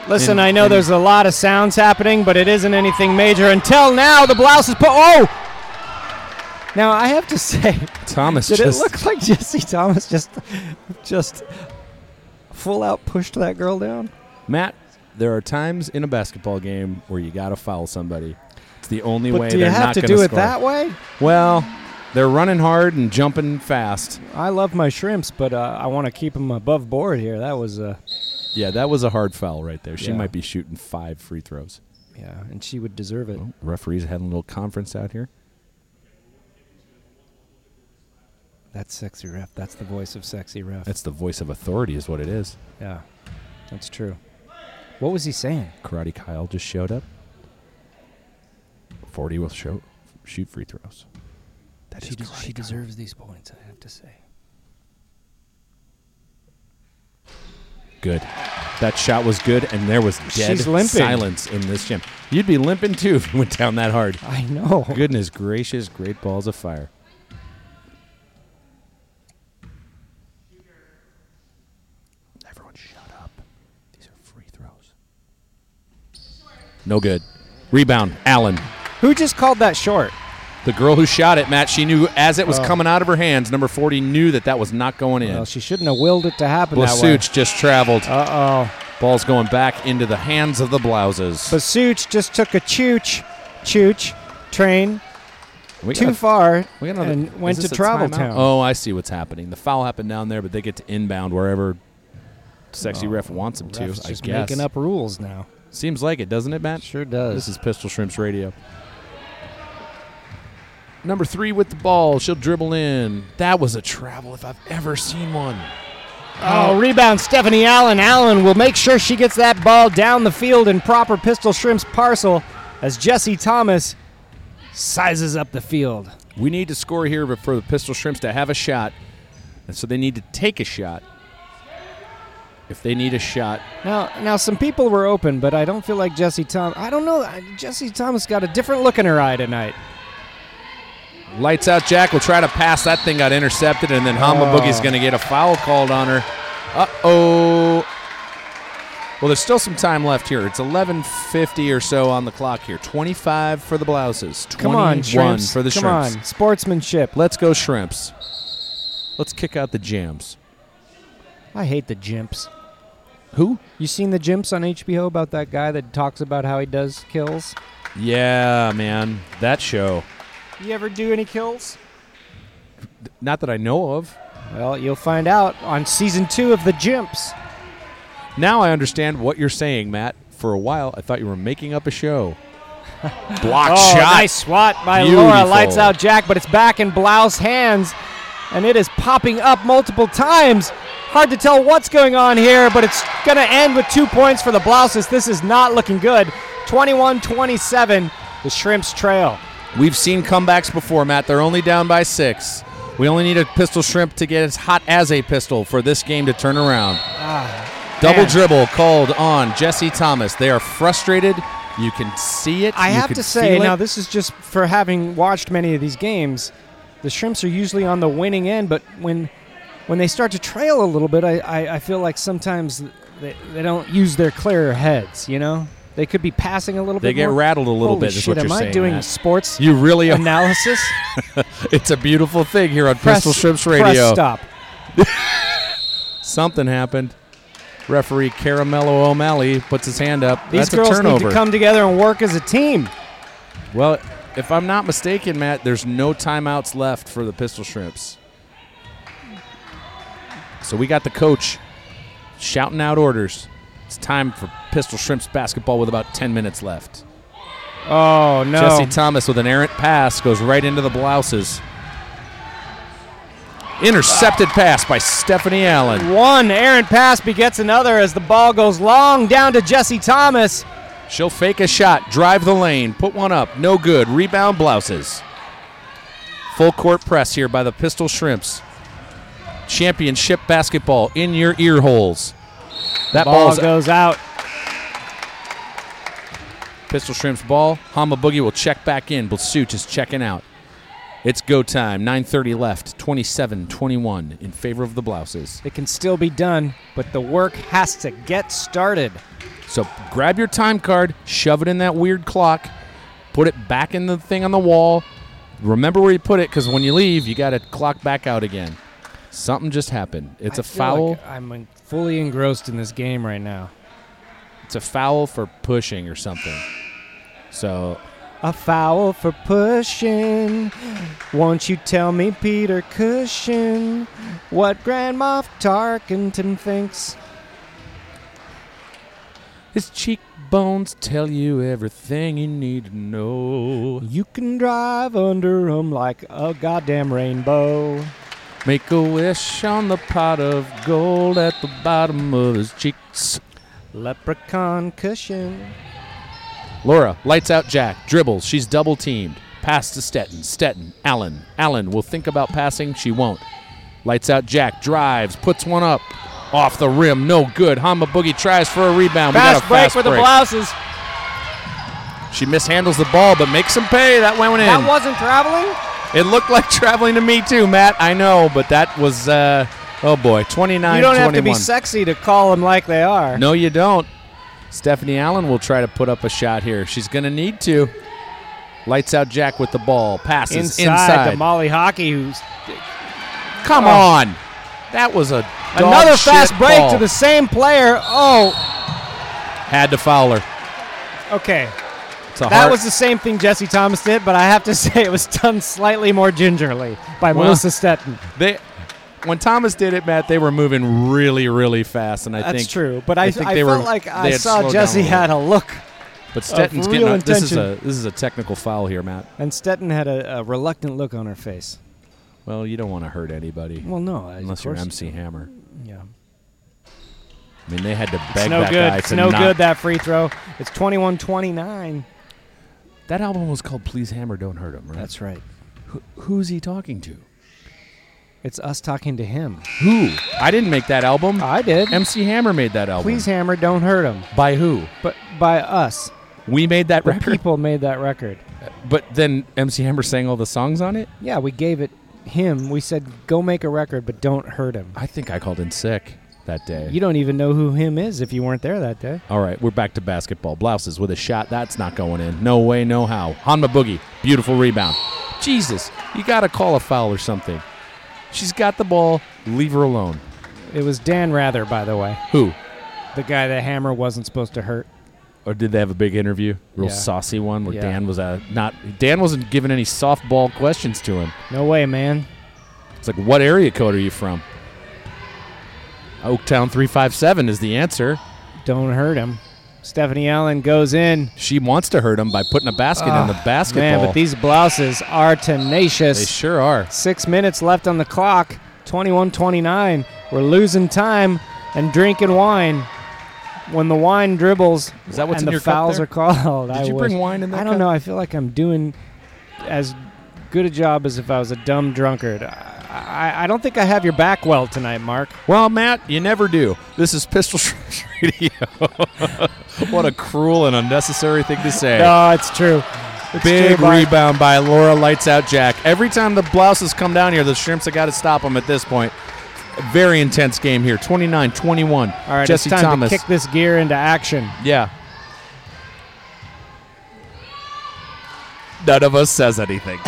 S1: Listen,
S2: In-
S1: I know
S2: in-
S1: there's a lot of sounds happening, but it isn't anything major. Until now, the blouse is. Po- oh! <laughs> Now, I have to <laughs> say,
S2: Thomas
S1: did
S2: just
S1: it look like Jesse Thomas just just full out pushed that girl down?
S2: Matt, there are times in a basketball game where you got to foul somebody. It's the only
S1: But
S2: way
S1: do you
S2: they're
S1: have
S2: not
S1: to
S2: gonna
S1: do it
S2: score.
S1: that way?
S2: Well, they're running hard and jumping fast.
S1: I love my shrimps, but uh, I want to keep them above board here. That was, uh,
S2: Yeah, that was a hard foul right there. She
S1: Yeah.
S2: might be shooting five free throws.
S1: yeah, and she would deserve it.
S2: The referees had a little conference out here.
S1: That's sexy ref. That's the voice of sexy ref.
S2: That's the voice of authority, is what it is.
S1: yeah, that's true. What was he saying?
S2: Karate Kyle just showed up. Forty will show, shoot free throws. That is
S4: She, des-
S2: Karate
S4: she
S2: Kyle.
S4: deserves these points, I have to say.
S2: Good. That shot was good, and there was dead
S1: She's limping.
S2: silence in this gym. You'd be limping too <laughs> if you went down that hard.
S1: I know.
S2: Goodness gracious, great balls of fire. Everyone shut up. These are free throws. No good. Rebound, Allen.
S1: Who just called that short?
S2: The girl who shot it, Matt, she knew as it was coming out of her hands, number 40 knew that that was not going in.
S1: Well, Oh. she shouldn't have willed it to happen that way.
S2: Blasuch just traveled.
S1: Uh oh.
S2: Ball's going back into the hands of the Blouses.
S1: Basuch just took a chooch, chooch train
S2: We
S1: too
S2: got a-
S1: far
S2: we got another-
S1: and
S2: is
S1: went
S2: this
S1: to
S2: a
S1: Travel
S2: timeout?
S1: Town.
S2: Oh, I see what's happening. The foul happened down there, but they get to inbound wherever sexy ref wants them to.
S1: Oh. Ref's
S2: I
S1: just
S2: guess.
S1: making up rules now.
S2: Seems like it, doesn't it, Matt?
S1: Sure does.
S2: This is Pistol Shrimps Radio. Number three with the ball. She'll dribble in. That was a travel if I've ever seen one.
S1: Oh, rebound, Stephanie Allen. Allen will make sure she gets that ball down the field in proper pistol shrimps parcel as Jesse Thomas sizes up the field.
S2: We need to score here but for the Pistol Shrimps to have a shot. And so they need to take a shot. If they need a shot,
S1: Now, now some people were open, but I don't feel like Jesse Thomas. I don't know. I- Jesse Thomas got a different look in her eye tonight.
S2: Lights out Jack will try to pass. That thing got intercepted, and then Hama
S1: Oh.
S2: Boogie's going to get a foul called on her. Uh oh. Well, there's still some time left here. It's 11:50 or so on the clock here. 25 for the Blouses. 21
S1: Come on, shrimps.
S2: for the
S1: Come
S2: Shrimps.
S1: on, sportsmanship.
S2: Let's go Shrimps. Let's kick out the Jams.
S1: I hate the jimps.
S2: Who?
S1: You seen the jimps on HBO about that guy that talks about how he does kills?
S2: Yeah, man, that show.
S1: You ever do any kills?
S2: Not that I know of.
S1: Well, you'll find out on season two of the Jimps.
S2: Now I understand what you're saying, Matt. For a while, I thought you were making up
S1: <laughs>
S2: a show. Block
S1: Oh,
S2: shot.
S1: nice swat by Laura.
S2: Beautiful.
S1: Lights out Jack, but it's back in Blouse hands, and it is popping up multiple times. Hard to tell what's going on here, but it's going to end with two points for the Blouses. This is not looking good. 21 27, the Shrimps trail.
S2: We've seen comebacks before, Matt. They're only down by six. We only need a pistol shrimp to get as hot as a pistol for this game to turn around. Double
S1: Ah, man.
S2: dribble called on Jesse Thomas. They are frustrated. You can see it.
S1: I
S2: You
S1: have
S2: could
S1: to say,
S2: feel it.
S1: now this is just for having watched many of these games. The Shrimps are usually on the winning end, but when when they start to trail a little bit, I, I, I feel like sometimes they, they don't use their clearer heads. You know, they could be passing a little
S2: They
S1: bit.
S2: get
S1: more.
S2: rattled a little
S1: Holy
S2: bit. Is
S1: Shit,
S2: what
S1: am
S2: you're
S1: I
S2: saying,
S1: doing
S2: Matt. <laughs>
S1: sports
S2: You really are. <laughs>
S1: analysis?
S2: It's a beautiful thing here on
S1: press
S2: Pistol Shrimps
S1: Press
S2: Radio.
S1: stop.
S2: Something happened. Referee Caramello O'Malley puts his hand up.
S1: These
S2: That's a
S1: girls need
S2: turnover.
S1: to come together and work as a team.
S2: Well, if I'm not mistaken, Matt, there's no timeouts left for the Pistol Shrimps. So we got the coach shouting out orders. It's time for Pistol Shrimps basketball with about 10 minutes left.
S1: Oh no!
S2: Jesse Thomas with an errant pass goes right into the blouses. Intercepted pass by Stephanie Allen.
S1: One errant pass begets another as the ball goes long down to Jesse Thomas.
S2: She'll fake a shot, drive the lane, put one up, no good. Rebound blouses. Full court press here by the Pistol Shrimps. Championship basketball in your ear holes. That
S1: ball
S2: ball's
S1: goes out.
S2: Pistol Shrimp's ball. Hama Boogie will check back in. Blasuch is checking out. It's go time. 9.30 left. 27-21 in favor of the Blouses.
S1: It can still be done, but the work has to get started.
S2: So grab your time card, shove it in that weird clock, put it back in the thing on the wall. Remember where you put it because when you leave, you got to clock back out again. Something just happened. It's
S1: I
S2: a
S1: feel
S2: foul.
S1: like I'm fully engrossed in this game right now.
S2: it's a foul for pushing or something. So
S1: A foul for pushing. Won't you tell me, Peter Cushing, what Grand Moff Tarkenton thinks?
S2: his cheekbones tell you everything you need to know.
S1: You can drive under 'em like a goddamn rainbow.
S2: Make a wish on the pot of gold at the bottom of his cheeks.
S1: Leprechaun Cushion.
S2: Laura, lights out Jack, dribbles. She's double teamed. Pass to Stetton. Stetton, Allen. Allen will think about passing. She won't. Lights out Jack, drives, puts one up. Off the rim, no good. Hama Boogie tries for a rebound. we got
S1: Fast
S2: a
S1: break
S2: fast
S1: for the
S2: break.
S1: blouses.
S2: She mishandles the ball, but makes him pay. That one went in.
S1: That wasn't traveling?
S2: it looked like <laughs> traveling to me too, Matt. I know, but that was uh, oh boy, 29
S1: You don't have to be
S2: 21.
S1: sexy to call them like they are.
S2: No, you don't. Stephanie Allen will try to put up a shot here. She's going to need to. Lights out Jack with the ball. Passes
S1: Inside,
S2: inside.
S1: to Molly Hockey, who's
S2: Come
S1: Oh.
S2: on. That was a dog
S1: another
S2: shit
S1: fast break
S2: ball.
S1: to the same player. Oh,
S2: Had to foul her.
S1: okay.
S2: It's a
S1: That
S2: hard-
S1: was the same thing Jesse Thomas did, but I have to <laughs> say it was done slightly more gingerly by
S2: Well,
S1: Melissa Stetton.
S2: they when Thomas did it, Matt. They were moving really, really fast, and I
S1: That's
S2: think
S1: true, but I, I,
S2: think they
S1: felt
S2: were,
S1: like uh,
S2: they
S1: I
S2: had
S1: saw
S2: slowed down
S1: Jesse
S2: a little.
S1: had a
S2: <laughs>
S1: look,
S2: But Stetton's getting
S1: real
S2: a, this is a
S1: intention.
S2: this is a technical foul here, Matt.
S1: and Stetton had a, a reluctant look on her face.
S2: Well, you don't want to hurt anybody
S1: Well, no, I- of
S2: unless you're
S1: course-
S2: MC Hammer.
S1: Yeah,
S2: I mean, they had to beg
S1: it's no
S2: that
S1: good.
S2: guy
S1: It's
S2: to
S1: no
S2: not-
S1: good that free throw. It's 21-29.
S2: That album was called "Please Hammer, Don't Hurt Him." Right?
S1: That's right.
S2: who's he talking to?
S1: It's us talking to him.
S2: Who? I didn't make that album.
S1: I did.
S2: MC Hammer made that album.
S1: Please hammer, don't hurt him.
S2: by who?
S1: But by us,
S2: We made that
S1: the
S2: record.
S1: people made that record.
S2: But then MC Hammer sang all the songs on it.
S1: Yeah, we gave it him. We said, go make a record, but don't hurt him.
S2: I think I called in sick that day.
S1: You don't even know who him is if you weren't there that day.
S2: All right, we're back to basketball. Blouses with a shot. That's not going in. No way, no how. Hanma Boogie, beautiful rebound. Jesus, you got to call a foul or something. She's got the ball. Leave her alone.
S1: It was Dan Rather, by the way,
S2: Who?
S1: the guy that Hammer wasn't supposed to hurt.
S2: Or did they have a big interview? Real
S1: Yeah.
S2: saucy one where
S1: Yeah.
S2: Dan was uh, not. Dan wasn't giving any softball questions to him.
S1: No way, man.
S2: It's like, what area code are you from? Oaktown 357 is the answer.
S1: Don't hurt him. Stephanie Allen goes in.
S2: She wants to hurt him by putting a basket in the basketball.
S1: Ah, Man, but these blouses are tenacious.
S2: they sure are.
S1: Six minutes left on the clock. 21 29. We're losing time and drinking wine. When the wine dribbles
S2: Is that what's
S1: and the
S2: in your cup
S1: fouls
S2: there?
S1: are called.
S2: Did
S1: I
S2: you
S1: wish.
S2: bring wine in that
S1: I don't
S2: cup?
S1: know. I feel like I'm doing as good a job as if I was a dumb drunkard. I, I, I don't think I have your back well tonight, Mark.
S2: Well, Matt, you never do. This is Pistol Shrimps <laughs> Radio. what a cruel and unnecessary thing to say.
S1: No, it's true. It's
S2: Big
S1: true, Mark.
S2: rebound by Laura Lights Out Jack. Every time the blouses come down here, the shrimps have got to stop them at this point. Very intense game here 29 21.
S1: All right,
S2: Jesse
S1: it's time
S2: Thomas.
S1: to kick this gear into action.
S2: yeah. None of us says anything. <laughs>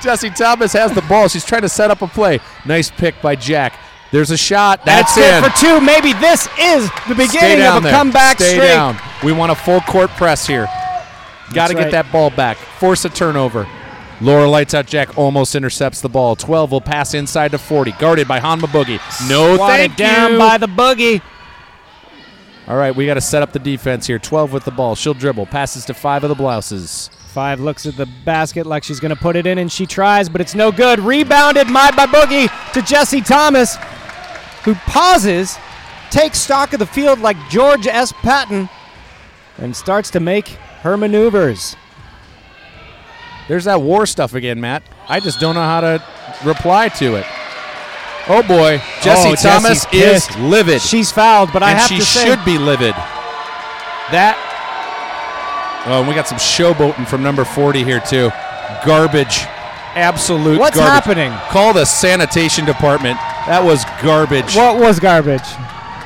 S2: Jesse Thomas has the ball. She's trying to set up a play. Nice pick by Jack. There's a shot. That's, in.
S1: it for two. Maybe this is the
S2: Stay
S1: beginning
S2: down
S1: of a
S2: there.
S1: comeback
S2: Stay
S1: streak.
S2: down. We want a full court press here. Got to
S1: That's
S2: get
S1: right.
S2: that ball back. Force a turnover. Laura lights out Jack, almost intercepts the ball. 12 will pass inside to 40, guarded by Hanma Boogie. No
S1: Swatted
S2: thank
S1: down
S2: you.
S1: by the boogie.
S2: All right, we got to set up the defense here. 12 with the ball. She'll dribble. Passes to five of the blouses.
S1: Five looks at the basket like she's going to put it in, and she tries, but it's no good. Rebounded by, by Boogie to Jesse Thomas, who pauses, takes stock of the field like George S. Patton, and starts to make her maneuvers.
S2: There's that war stuff again, Matt. I just don't know how to reply to it. Oh boy, Jesse
S1: Oh,
S2: Thomas
S1: Jesse's
S2: is
S1: pissed.
S2: livid.
S1: She's fouled, but I
S2: and
S1: have
S2: she
S1: to say,
S2: should be livid. That. Oh, and we got some showboating from number 40 here, too. Garbage. Absolute
S1: What's
S2: garbage.
S1: happening?
S2: Call the sanitation department. That was garbage.
S1: what was garbage?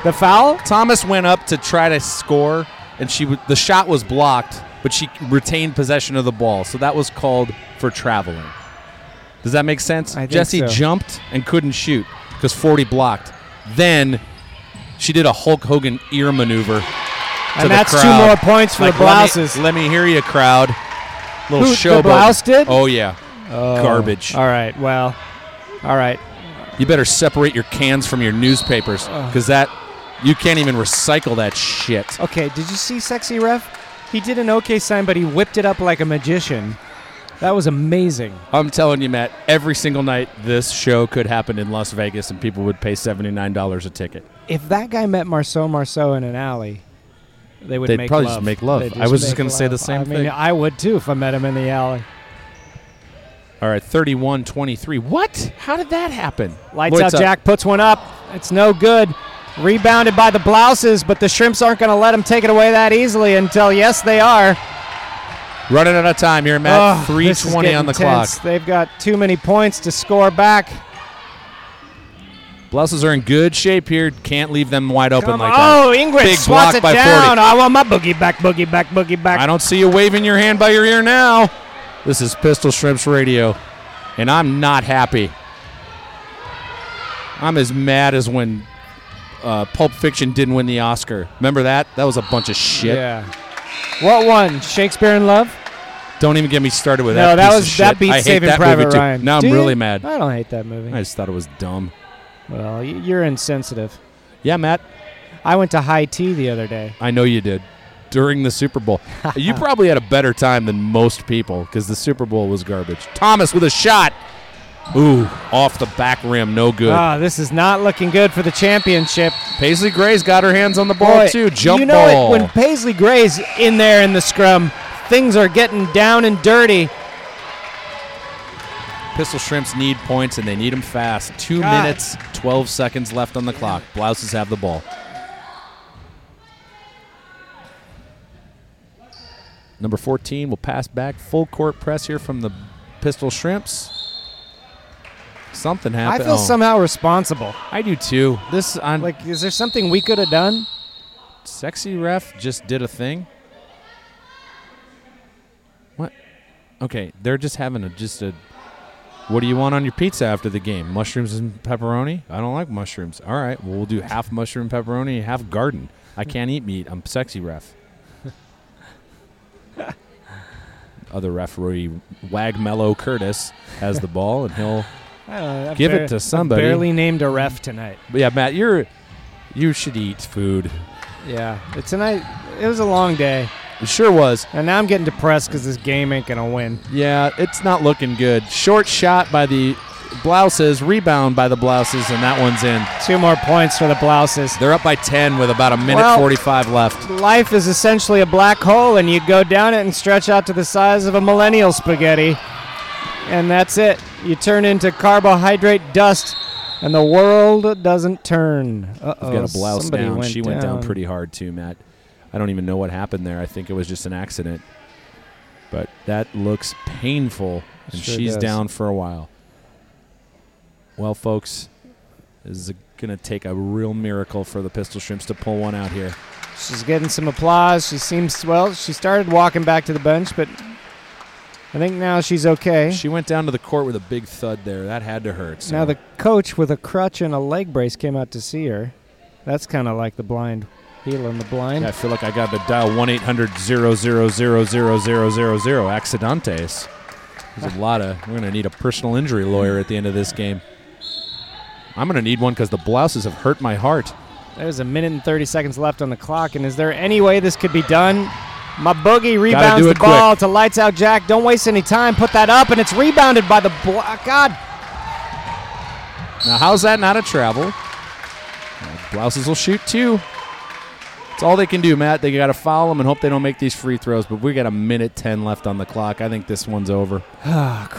S1: The foul?
S2: Thomas went up to try to score, and she w- the shot was blocked, but she retained possession of the ball, so that was called for traveling. Does that make sense?
S1: I think
S2: Jesse
S1: so.
S2: jumped and couldn't shoot because 40 blocked. Then she did a Hulk Hogan ear maneuver. to
S1: And
S2: the
S1: that's two
S2: crowd.
S1: more points for
S2: Like,
S1: the
S2: let me-
S1: blouses.
S2: Let me, hear you, crowd. Little
S1: Who- the
S2: showboat.
S1: blouse did?
S2: Oh yeah,
S1: Oh,
S2: garbage.
S1: All right, well, all right.
S2: You better separate your cans from your newspapers because that you can't even recycle that shit.
S1: Okay, did you see Sexy Ref? He did an okay sign, but he whipped it up like a magician. That was amazing.
S2: I'm telling you, Matt, every single night this show could happen in Las Vegas and people would pay $79 a ticket.
S1: If that guy met Marceau Marceau in an alley, they would
S2: They'd
S1: make
S2: probably
S1: love.
S2: just make love.
S1: They'd
S2: I was just
S1: make
S2: gonna say the
S1: love.
S2: same
S1: I
S2: thing.
S1: Mean, I would too if I met him in the alley.
S2: All right, 31 23. What? How did that happen?
S1: Lights out Jack puts one up. It's no good. Rebounded by the blouses, but the shrimps aren't going to let him take it away that easily until, yes, they are.
S2: Running out of time here, Matt.
S1: Ugh, this is
S2: 320 on
S1: getting
S2: the
S1: tense.
S2: clock.
S1: They've got too many points to score back.
S2: Blouses are in good shape here. Can't leave them wide open
S1: Come
S2: like
S1: on.
S2: that.
S1: oh, Ingrid
S2: Big
S1: swats
S2: block
S1: it
S2: by
S1: down.
S2: 40.
S1: I want my boogie back, boogie back, boogie back.
S2: I don't see you waving your hand by your ear now. This is Pistol Shrimps Radio, and I'm not happy. I'm as mad as when uh, Pulp Fiction didn't win the Oscar. Remember that? That was a bunch of shit.
S1: Yeah. What one? Shakespeare in Love?
S2: Don't even get me started with
S1: no,
S2: that.
S1: that
S2: piece of
S1: was that
S2: shit.
S1: beat
S2: I hate
S1: Saving
S2: that
S1: Private
S2: movie too.
S1: Ryan.
S2: Now I'm
S1: Do you?
S2: really mad.
S1: I don't hate that movie.
S2: I just thought it was dumb.
S1: Well, y- you're insensitive.
S2: Yeah, Matt,
S1: I went to high tea the other day.
S2: I know you did during the
S1: <laughs>
S2: Super Bowl. you probably had a better time than most people because the Super Bowl was garbage. Thomas with a shot. Ooh, off the back rim, no good.
S1: Ah, this is not looking good for the championship.
S2: Paisley Gray's got her hands on the ball
S1: Boy,
S2: too. Jump
S1: you know
S2: ball.
S1: It, when Paisley Gray's in there in the scrum, things are getting down and dirty.
S2: Pistol Shrimps need points and they need them fast. Two
S1: God.
S2: minutes, twelve seconds left on the clock. Blouses have the ball. Number fourteen will pass back. Full court press here from the Pistol Shrimps. Something
S1: I
S2: happened.
S1: feel
S2: oh,
S1: somehow responsible.
S2: I do too. This on like
S1: Like, is there something we could have done?
S2: sexy ref just did a thing. What? Okay, they're just having a just a. What do you want on your pizza after the game? Mushrooms and pepperoni? I don't like mushrooms. All right, well we'll do half mushroom pepperoni, half garden. I can't eat meat. I'm sexy ref. <laughs> Other referee Wagmello Curtis has the ball and he'll
S1: <laughs> I don't know, I
S2: Give it
S1: bar-
S2: to somebody.
S1: I barely named a ref tonight.
S2: But yeah, Matt, you're you should eat food.
S1: Yeah, it's tonight. It was a long day,
S2: It sure was.
S1: and now I'm getting depressed because this game ain't gonna win.
S2: Yeah, it's not looking good. Short shot by the blouses, rebound by the blouses, and that one's in.
S1: Two more points for the blouses.
S2: They're up by ten with about a minute
S1: Well-
S2: forty-five left.
S1: Life is essentially a black hole, and you go down it and stretch out to the size of a millennial spaghetti, and that's it. You turn into carbohydrate dust, and the world doesn't turn. Uh oh.
S2: We've got a blouse
S1: somebody
S2: down.
S1: Went
S2: she went down pretty hard too, Matt. I don't even know what happened there. I think it was just an accident. But that looks painful, and
S1: Sure
S2: she's
S1: does.
S2: down for a while. Well, folks, this is going to take a real miracle for the Pistol Shrimps to pull one out here.
S1: She's getting some applause. She seems well. She started walking back to the bench, but I think now she's okay.
S2: She went down to the court with a big thud there. That had to hurt. so-
S1: Now the coach with a crutch and a leg brace came out to see her. That's kind of like the blind healing the blind.
S2: Yeah, I feel like I got to dial 1 800 accidentes. There's a lot of. We're going to need a personal injury lawyer at the end of this game. I'm going to need one because the blouses have hurt my heart.
S1: There's a minute and 30 seconds left on the clock, and is there any way this could be done? My boogie rebounds
S2: do
S1: the
S2: it quick.
S1: ball to lights out Jack. Don't waste any time. Put that up, and it's rebounded by the block. God.
S2: Now, how's that not a travel? Now, Blouses will shoot too. It's all they can do, Matt. They got to foul them and hope they don't make these free throws. But we got a minute ten left on the clock. I think this one's over.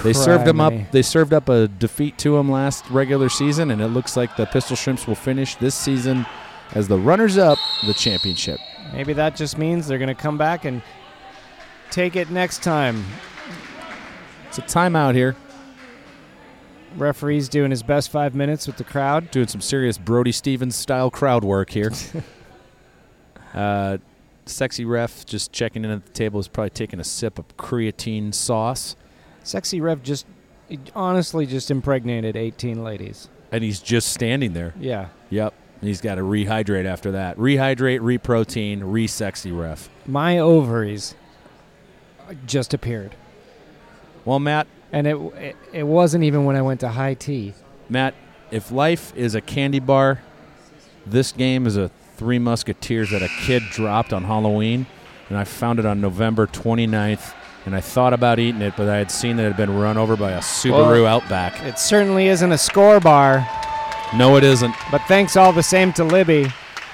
S2: they served them up.
S1: criminy.
S2: They served up a defeat to them last regular season, and it looks like the Pistol Shrimps will finish this season as the runners-up of the championship.
S1: Maybe that just means they're going to come back and take it next time.
S2: It's a timeout here.
S1: Referee's doing his best five minutes with the crowd.
S2: Doing some serious Brody Stevens style crowd work <laughs> here. uh, sexy ref just checking in at the table is probably taking a sip of creatine sauce.
S1: Sexy Rev just he honestly just impregnated 18 ladies.
S2: and he's just standing there.
S1: Yeah.
S2: Yep. And he's got to rehydrate after that. Rehydrate, re-protein, re-sexy ref.
S1: My ovaries just appeared.
S2: Well, Matt,
S1: And it, it, it wasn't even when I went to high tea.
S2: Matt, if life is a candy bar, this game is a Three Musketeers that a kid dropped on Halloween, and I found it on November 29th. And I thought about eating it, but I had seen that it had been run over by a Subaru
S1: Well-
S2: Outback.
S1: It certainly isn't a score bar,
S2: No, it isn't.
S1: but thanks all the same to Libby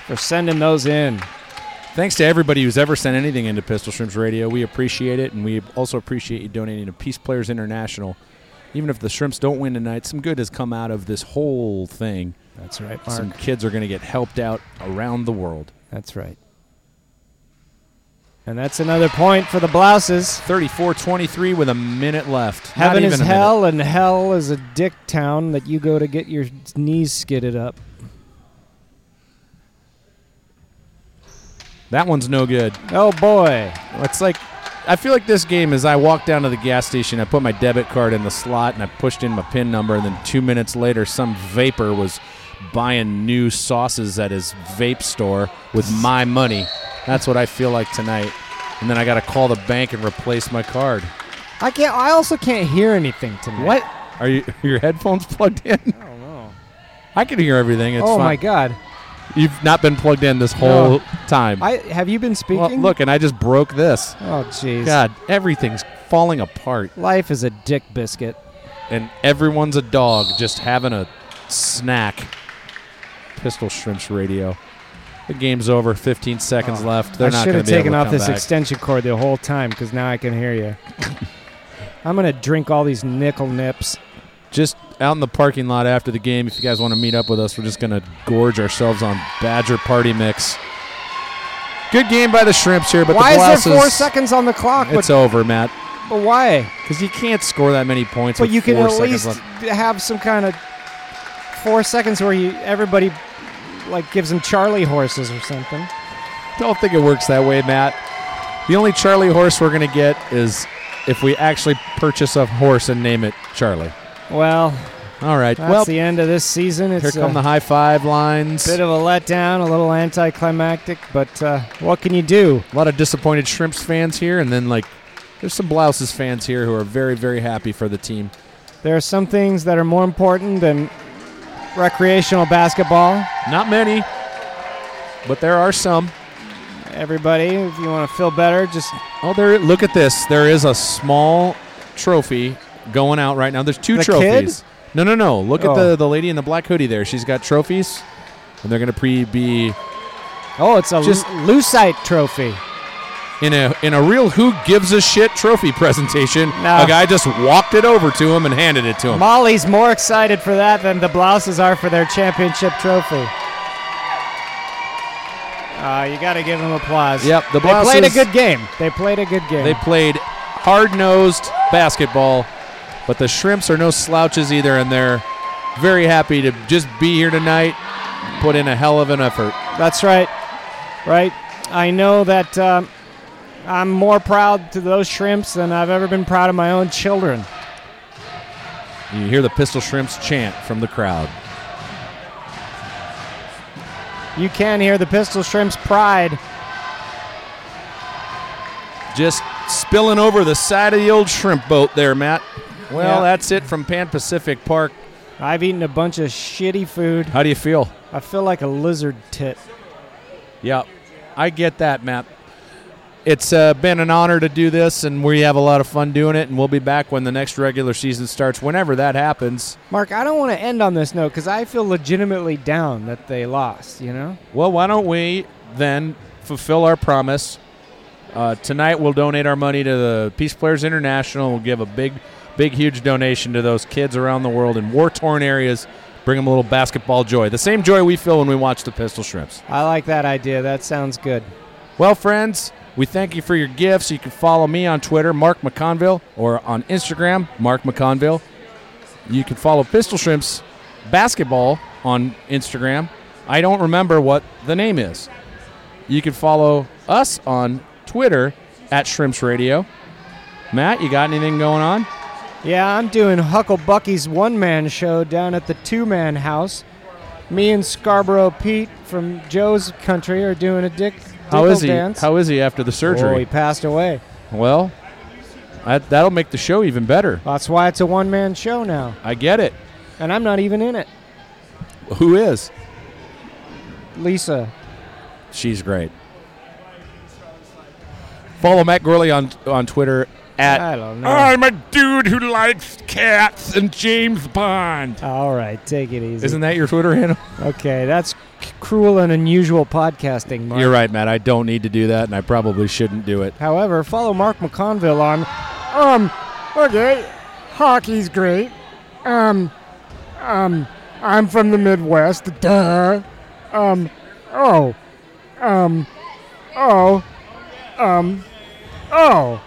S1: for sending those in.
S2: Thanks to everybody who's ever sent anything into Pistol Shrimps Radio. We appreciate it, and we also appreciate you donating to Peace Players International. Even if the Shrimps don't win tonight, some good has come out of this whole thing.
S1: That's right,
S2: Some kids are going to get helped out around the world.
S1: That's right. And that's another point for the blouses.
S2: 34 23 with a minute left.
S1: Heaven
S2: Not even
S1: is
S2: a minute.
S1: hell, and hell is a dick town that you go to get your knees skidded up.
S2: That one's no good.
S1: Oh boy.
S2: It's like, I feel like this game is I walked down to the gas station, I put my debit card in the slot, and I pushed in my PIN number, and then two minutes later, some vapor was buying new sauces at his vape store with my money. That's what I feel like tonight. And then I got to call the bank and replace my card.
S1: I can't. I also can't hear anything tonight.
S2: What? Are you, <laughs> are your headphones plugged in?
S1: I don't know.
S2: I can hear everything. It's
S1: oh
S2: fine.
S1: my god.
S2: You've not been plugged in this whole time.
S1: I have you been
S2: Well,
S1: speaking?
S2: look, and I just broke this.
S1: Oh jeez.
S2: God, everything's falling apart,
S1: Life is a dick biscuit.
S2: and everyone's a dog just having a snack. Pistol Shrimps Radio. The game's over. 15 seconds left. They're
S1: Oh, I
S2: not
S1: should
S2: going to
S1: have
S2: be able
S1: taken
S2: to
S1: off
S2: come
S1: this
S2: back.
S1: extension cord the whole time because now I can hear
S2: <laughs>
S1: you. I'm gonna drink all these nickel nips.
S2: just out in the parking lot after the game. If you guys want to meet up with us, we're just going to gorge ourselves on Badger Party Mix. Good game by the Shrimps here, but
S1: why
S2: the
S1: is there four
S2: Blouses-
S1: seconds on the clock?
S2: It's
S1: but,
S2: over, Matt,
S1: but why?
S2: because you can't score that many points.
S1: But
S2: with
S1: you can
S2: four
S1: at
S2: seconds
S1: least
S2: left.
S1: have some kind of four seconds where you everybody like gives them Charlie horses or something.
S2: Don't think it works that way, Matt. The only Charlie horse we're going to get is if we actually purchase a horse and name it Charlie.
S1: Well,
S2: All right.
S1: that's
S2: well,
S1: the end of this season. It's
S2: here come
S1: a
S2: the high five lines.
S1: bit
S2: A
S1: of a letdown, a little anticlimactic, but uh, what can you do?
S2: lot of disappointed Shrimps fans here, and then like there's some Blouses fans here who are very, very happy for the team.
S1: There are some things that are more important than recreational basketball.
S2: Not many, but there are some.
S1: Everybody, if you want to feel better, just
S2: Oh, there! Look at this. There is a small trophy going out right now. There's two
S1: The
S2: trophies. No, no, no. Look at
S1: Oh.
S2: the the lady in the black hoodie there. She's got trophies, and they're going to pre be
S1: oh, it's a
S2: Just-
S1: just lucite trophy.
S2: in a in a real who gives a shit trophy presentation.
S1: No.
S2: A guy just walked it over to him and handed it to him.
S1: Molly's more excited for that than the blouses are for their championship trophy. Uh, you got to give them applause.
S2: Yep, the
S1: they played a
S2: Blouses-
S1: good game. They played a good game.
S2: They played hard nosed basketball, but the Shrimps are no slouches either, and they're very happy to just be here tonight. Put in a hell of an effort.
S1: That's right. Right. I know that um, I'm more proud to those shrimps than I've ever been proud of my own children.
S2: You hear the Pistol Shrimps chant from the crowd.
S1: You can hear the pistol shrimps' pride.
S2: Just spilling over the side of the old shrimp boat there, Matt. Well,
S1: Yeah.
S2: that's it from Pan Pacific Park.
S1: I've eaten a bunch of shitty food.
S2: How do you feel?
S10: I feel like a lizard tit.
S2: Yeah, I get that, Matt. It's uh, been an honor to do this, and we have a lot of fun doing it. And we'll be back when the next regular season starts, whenever that happens.
S10: Mark, I don't want to end on this note because I feel legitimately down that they lost, you know?
S2: Well, why don't we then fulfill our promise? Uh, tonight, we'll donate our money to the Peace Players International. We'll give a big, big, huge donation to those kids around the world in war torn areas. Bring them a little basketball joy. The same joy we feel when we watch the Pistol Shrimps.
S10: I like that idea. That sounds good.
S2: Well, friends, we thank you for your gifts. You can follow me on Twitter, Mark McConville, or on Instagram, Mark McConville. You can follow Pistol Shrimps Basketball on Instagram. I don't remember what the name is. You can follow us on Twitter at Shrimps Radio. Matt, you got anything going on?
S10: Yeah, I'm doing Huckle Bucky's one man show down at the two man house. Me and Scarborough Pete from Joe's country are doing a dick.
S2: How
S10: dickle
S2: is he?
S10: Dance.
S2: How is he after the surgery?
S10: Oh, he passed away.
S2: Well, that, that'll make the show even better.
S10: That's why it's a one man show now.
S2: I get it.
S10: And I'm not even in it.
S2: Who is?
S10: Lisa.
S2: She's great. Follow Matt Gurley on on Twitter at
S10: I don't know.
S2: I'm a dude who likes cats and James Bond.
S10: All right, take it easy.
S2: Isn't that your Twitter handle?
S10: Okay, that's c- cruel and unusual podcasting, Mark.
S2: You're right, Matt. I don't need to do that, and I probably shouldn't do it.
S10: However, follow Mark McConville on, um, okay, hockey's great. Um, um, I'm from the Midwest. Duh. Um, oh, um, oh, um, oh.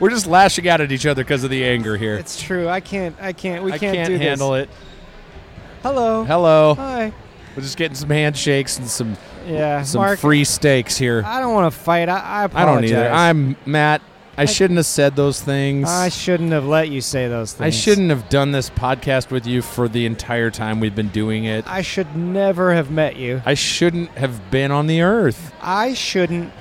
S2: We're just lashing out at each other because of the anger here.
S10: It's true. I can't. I can't. We
S2: I
S10: can't,
S2: can't
S10: do
S2: handle
S10: this.
S2: it.
S10: Hello.
S2: Hello.
S10: Hi.
S2: We're just getting some handshakes and some
S10: Yeah,
S2: some
S10: Uh, Mark.
S2: free steaks here.
S10: I don't want to fight. I. I,
S2: I
S10: apologize.
S2: don't either. I'm Matt. I, shouldn't have said those things.
S10: I shouldn't have let you say those things.
S2: I shouldn't have done this podcast with you for the entire time we've been doing it.
S10: I should never have met you.
S2: I shouldn't have been on the earth.
S10: I shouldn't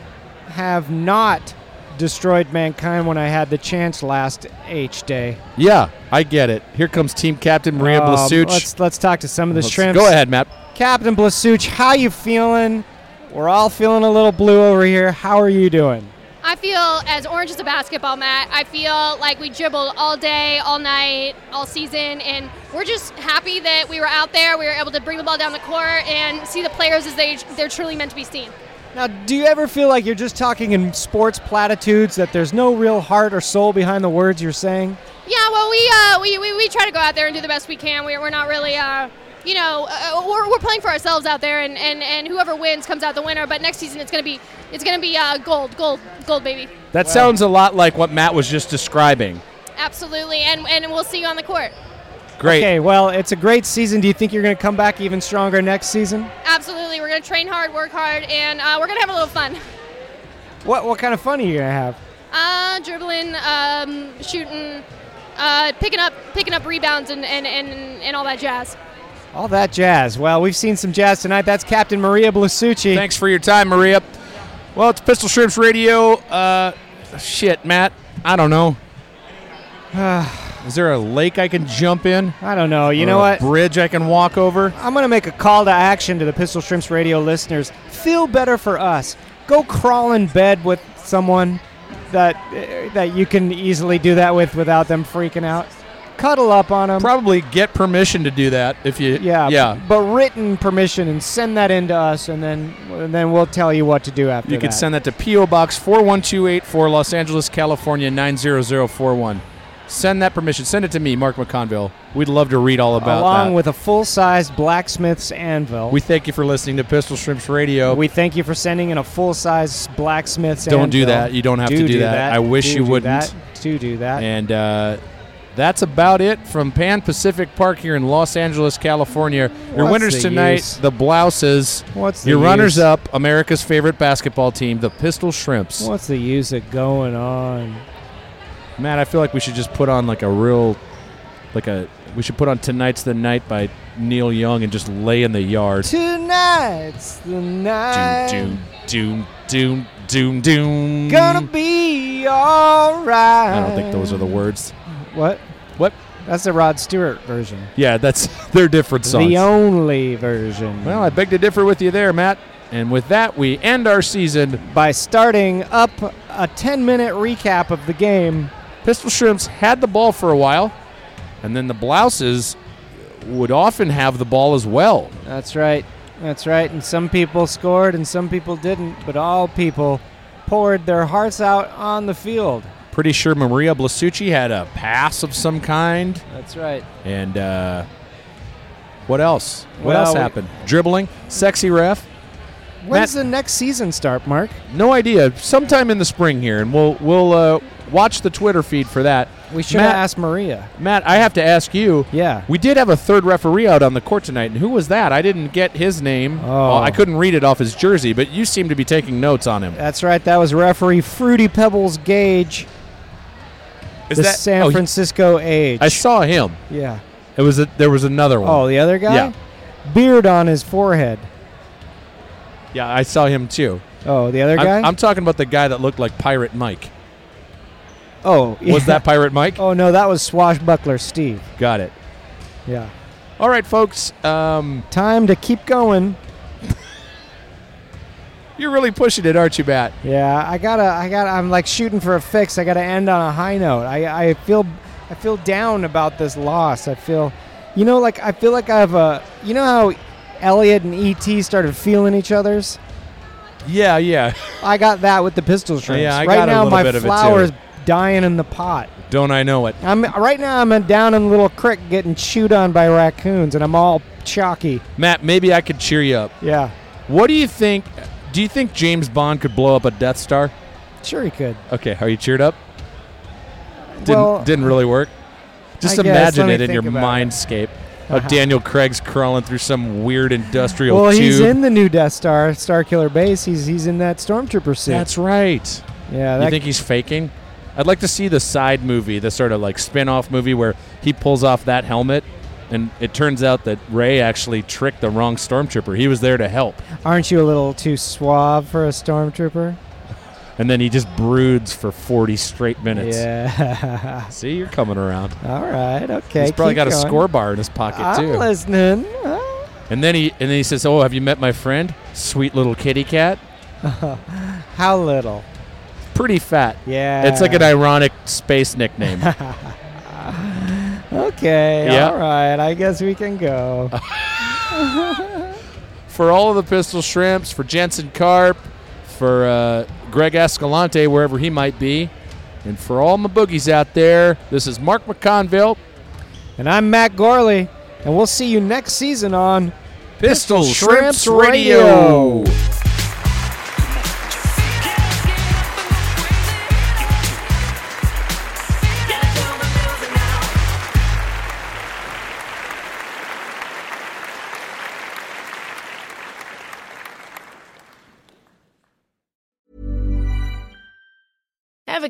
S10: have not destroyed mankind when I had the chance last H day.
S2: Yeah, I get it. Here comes team captain Maria
S10: Um,
S2: Blasuch.
S10: Let's let's talk to some of the
S2: Let's-
S10: shrimps.
S2: Go ahead, Matt.
S10: Captain Blasuch. How you feeling? We're all feeling a little blue over here. How are you doing?
S1: I feel as orange as a basketball mat. I feel like we dribbled all day, all night, all season, and we're just happy that we were out there. We were able to bring the ball down the court and see the players as they they're truly meant to be seen.
S10: Now, do you ever feel like you're just talking in sports platitudes that there's no real heart or soul behind the words you're saying?
S1: Yeah, well, we uh, we, we, we try to go out there and do the best we can. We're, we're not really, uh, you know, uh, we're, we're playing for ourselves out there, and, and, and whoever wins comes out the winner. But next season, it's gonna be it's gonna be uh, gold, gold, gold, baby.
S2: That sounds a lot like what Matt was just describing.
S1: Absolutely, and and we'll see you on the court.
S2: Great.
S10: Okay, well, it's a great season. Do you think you're going to come back even stronger next season?
S1: Absolutely, we're gonna train hard, work hard, and uh, we're gonna have a little fun.
S10: What what kind of fun are you going to have?
S1: Uh, dribbling, um, shooting, uh, picking up picking up rebounds and, and, and, and all that jazz.
S10: All that jazz. Well, we've seen some jazz tonight. That's Captain Maria Blasucci.
S2: Thanks for your time, Maria. Well, it's Pistol Shrimps Radio. Uh, shit, Matt. I don't <sighs> know. Is there a lake I can jump in?
S10: I don't know. You
S2: Or
S10: know
S2: a
S10: what?
S2: Bridge I can walk over?
S10: I'm going to make a call to action to the Pistol Shrimps radio listeners. Feel better for us. Go crawl in bed with someone that eh, that you can easily do that with without them freaking out. Cuddle up on them.
S2: Probably get permission to do that if you.
S10: yeah,
S2: Yeah.
S10: But written permission and send that in to us, and then and then we'll tell you what to do after
S2: You
S10: that.
S2: can send that to P.O. Box 41284, Los Angeles, California 90041. Send that permission. Send it to me, Mark McConville. We'd love to read all about
S10: along
S2: that.
S10: with a full-sized blacksmith's anvil.
S2: we thank you for listening to Pistol Shrimps Radio.
S10: We thank you for sending in a full-size blacksmith's
S2: Don't do
S10: anvil.
S2: that. You don't have to do that. I wish
S10: Do
S2: you
S10: do
S2: wouldn't.
S10: that. Do do that.
S2: and uh, that's about it from Pan Pacific Park here in Los Angeles, California. Your
S10: What's
S2: winners
S10: the
S2: tonight,
S10: use?
S2: the Blouses.
S10: What's the
S2: your runners
S10: use?
S2: up, America's favorite basketball team, the Pistol Shrimps.
S10: What's the use of going on?
S2: Matt, I feel like we should just put on like a real, like a we should put on tonight's the night by Neil Young and just lay in the yard.
S10: Tonight's the night.
S2: Doom, doom, doom, doom, doom, doom.
S10: Gonna be alright.
S2: I don't think those are the words.
S10: What?
S2: What?
S10: That's the Rod Stewart version.
S2: Yeah, that's <laughs> their different songs.
S10: The only version.
S2: Well, I beg to differ with you there, Matt. And with that, we end our season
S10: by starting up a 10 minute recap of the game.
S2: Pistol Shrimps had the ball for a while, and then the Blouses would often have the ball as well.
S10: That's right. That's right. And some people scored and some people didn't, but all people poured their hearts out on the field.
S2: Pretty sure Maria Blasucci had a pass of some kind.
S10: That's right.
S2: And uh, what else? What
S10: Well,
S2: else
S10: we-
S2: happened? Dribbling, sexy ref.
S10: When's the next season start, Mark?
S2: No idea. Sometime in the spring here, and we'll we'll uh, watch the Twitter feed for that.
S10: We should have
S2: Matt-
S10: asked Maria.
S2: Matt, I have to ask you.
S10: Yeah.
S2: We did have a third referee out on the court tonight, and who was that? I didn't get his name. Oh. I couldn't read it off his jersey, but you seem to be taking notes on him.
S10: That's right. That was referee Fruity Pebbles Gage,
S2: Is
S10: the
S2: that-
S10: San
S2: oh, he-
S10: Francisco Age.
S2: I saw him.
S10: Yeah.
S2: It was a, there was another one.
S10: Oh, the other guy?
S2: Yeah.
S10: Beard on his forehead.
S2: Yeah, I saw him too.
S10: Oh, the other guy?
S2: I'm, I'm talking about the guy that looked like Pirate Mike.
S10: oh, <laughs>
S2: <laughs>
S10: yeah.
S2: Was that Pirate Mike?
S10: <laughs> Oh, no, that was Swashbuckler Steve.
S2: Got it.
S10: Yeah.
S2: All right, folks. Um,
S10: Time to keep going.
S2: you're really pushing it, aren't you, Matt?
S10: Yeah, I gotta, I gotta, I'm like shooting for a fix. I gotta end on a high note. I, I feel, I feel down about this loss. I feel, you know, like I feel like I have a, you know how Elliot and ET started feeling each other's.
S2: Yeah, yeah.
S10: I got that with the pistol shrimps.
S2: Yeah, I
S10: right
S2: got a
S10: now
S2: little
S10: my
S2: bit of it,
S10: flower
S2: too.
S10: is dying in the pot.
S2: Don't I know it?
S10: I'm right now. I'm down in a little creek getting chewed on by raccoons, and I'm all chalky.
S2: Matt, maybe I could cheer you up.
S10: Yeah,
S2: What do you think? Do you think James Bond could blow up a Death Star?
S10: sure he could.
S2: Okay, are you cheered up? Didn't,
S10: Well,
S2: didn't really work. Just
S10: I guess.
S2: imagine
S10: Let me
S2: it in your
S10: think about it. Uh-huh.
S2: mindscape. How Daniel Craig's crawling through some weird industrial
S10: Well,
S2: tube.
S10: he's in the new Death Star, Star Killer Base. He's he's in that stormtrooper suit.
S2: That's right.
S10: yeah,
S2: you
S10: that
S2: think he's faking? I'd like to see the side movie, the sort of like spin-off movie where he pulls off that helmet and it turns out that Ray actually tricked the wrong stormtrooper. He was there to help.
S10: Aren't you a little too suave for a stormtrooper?
S2: And then he just broods for 40 straight minutes.
S10: Yeah. <laughs>
S2: See, you're coming around.
S10: All right. Okay.
S2: He's probably
S10: keep
S2: got
S10: going.
S2: a score bar in his pocket
S10: I'm
S2: too.
S10: listening.
S2: And then he and then he says, "Oh, have you met my friend? Sweet little kitty cat,
S10: How little?
S2: pretty fat."
S10: Yeah.
S2: It's like an ironic space nickname.
S10: Okay.
S2: Yeah.
S10: All right. I guess we can go.
S2: for all of the Pistol Shrimps, for Jensen Carp, for uh, Greg Escalante, wherever he might be, and for all my boogies out there, this is Mark McConville.
S10: and I'm Matt Gorley, and we'll see you next season on
S2: Pistol
S10: Shrimps
S2: Shrimps Radio.
S10: Radio.
S1: Ever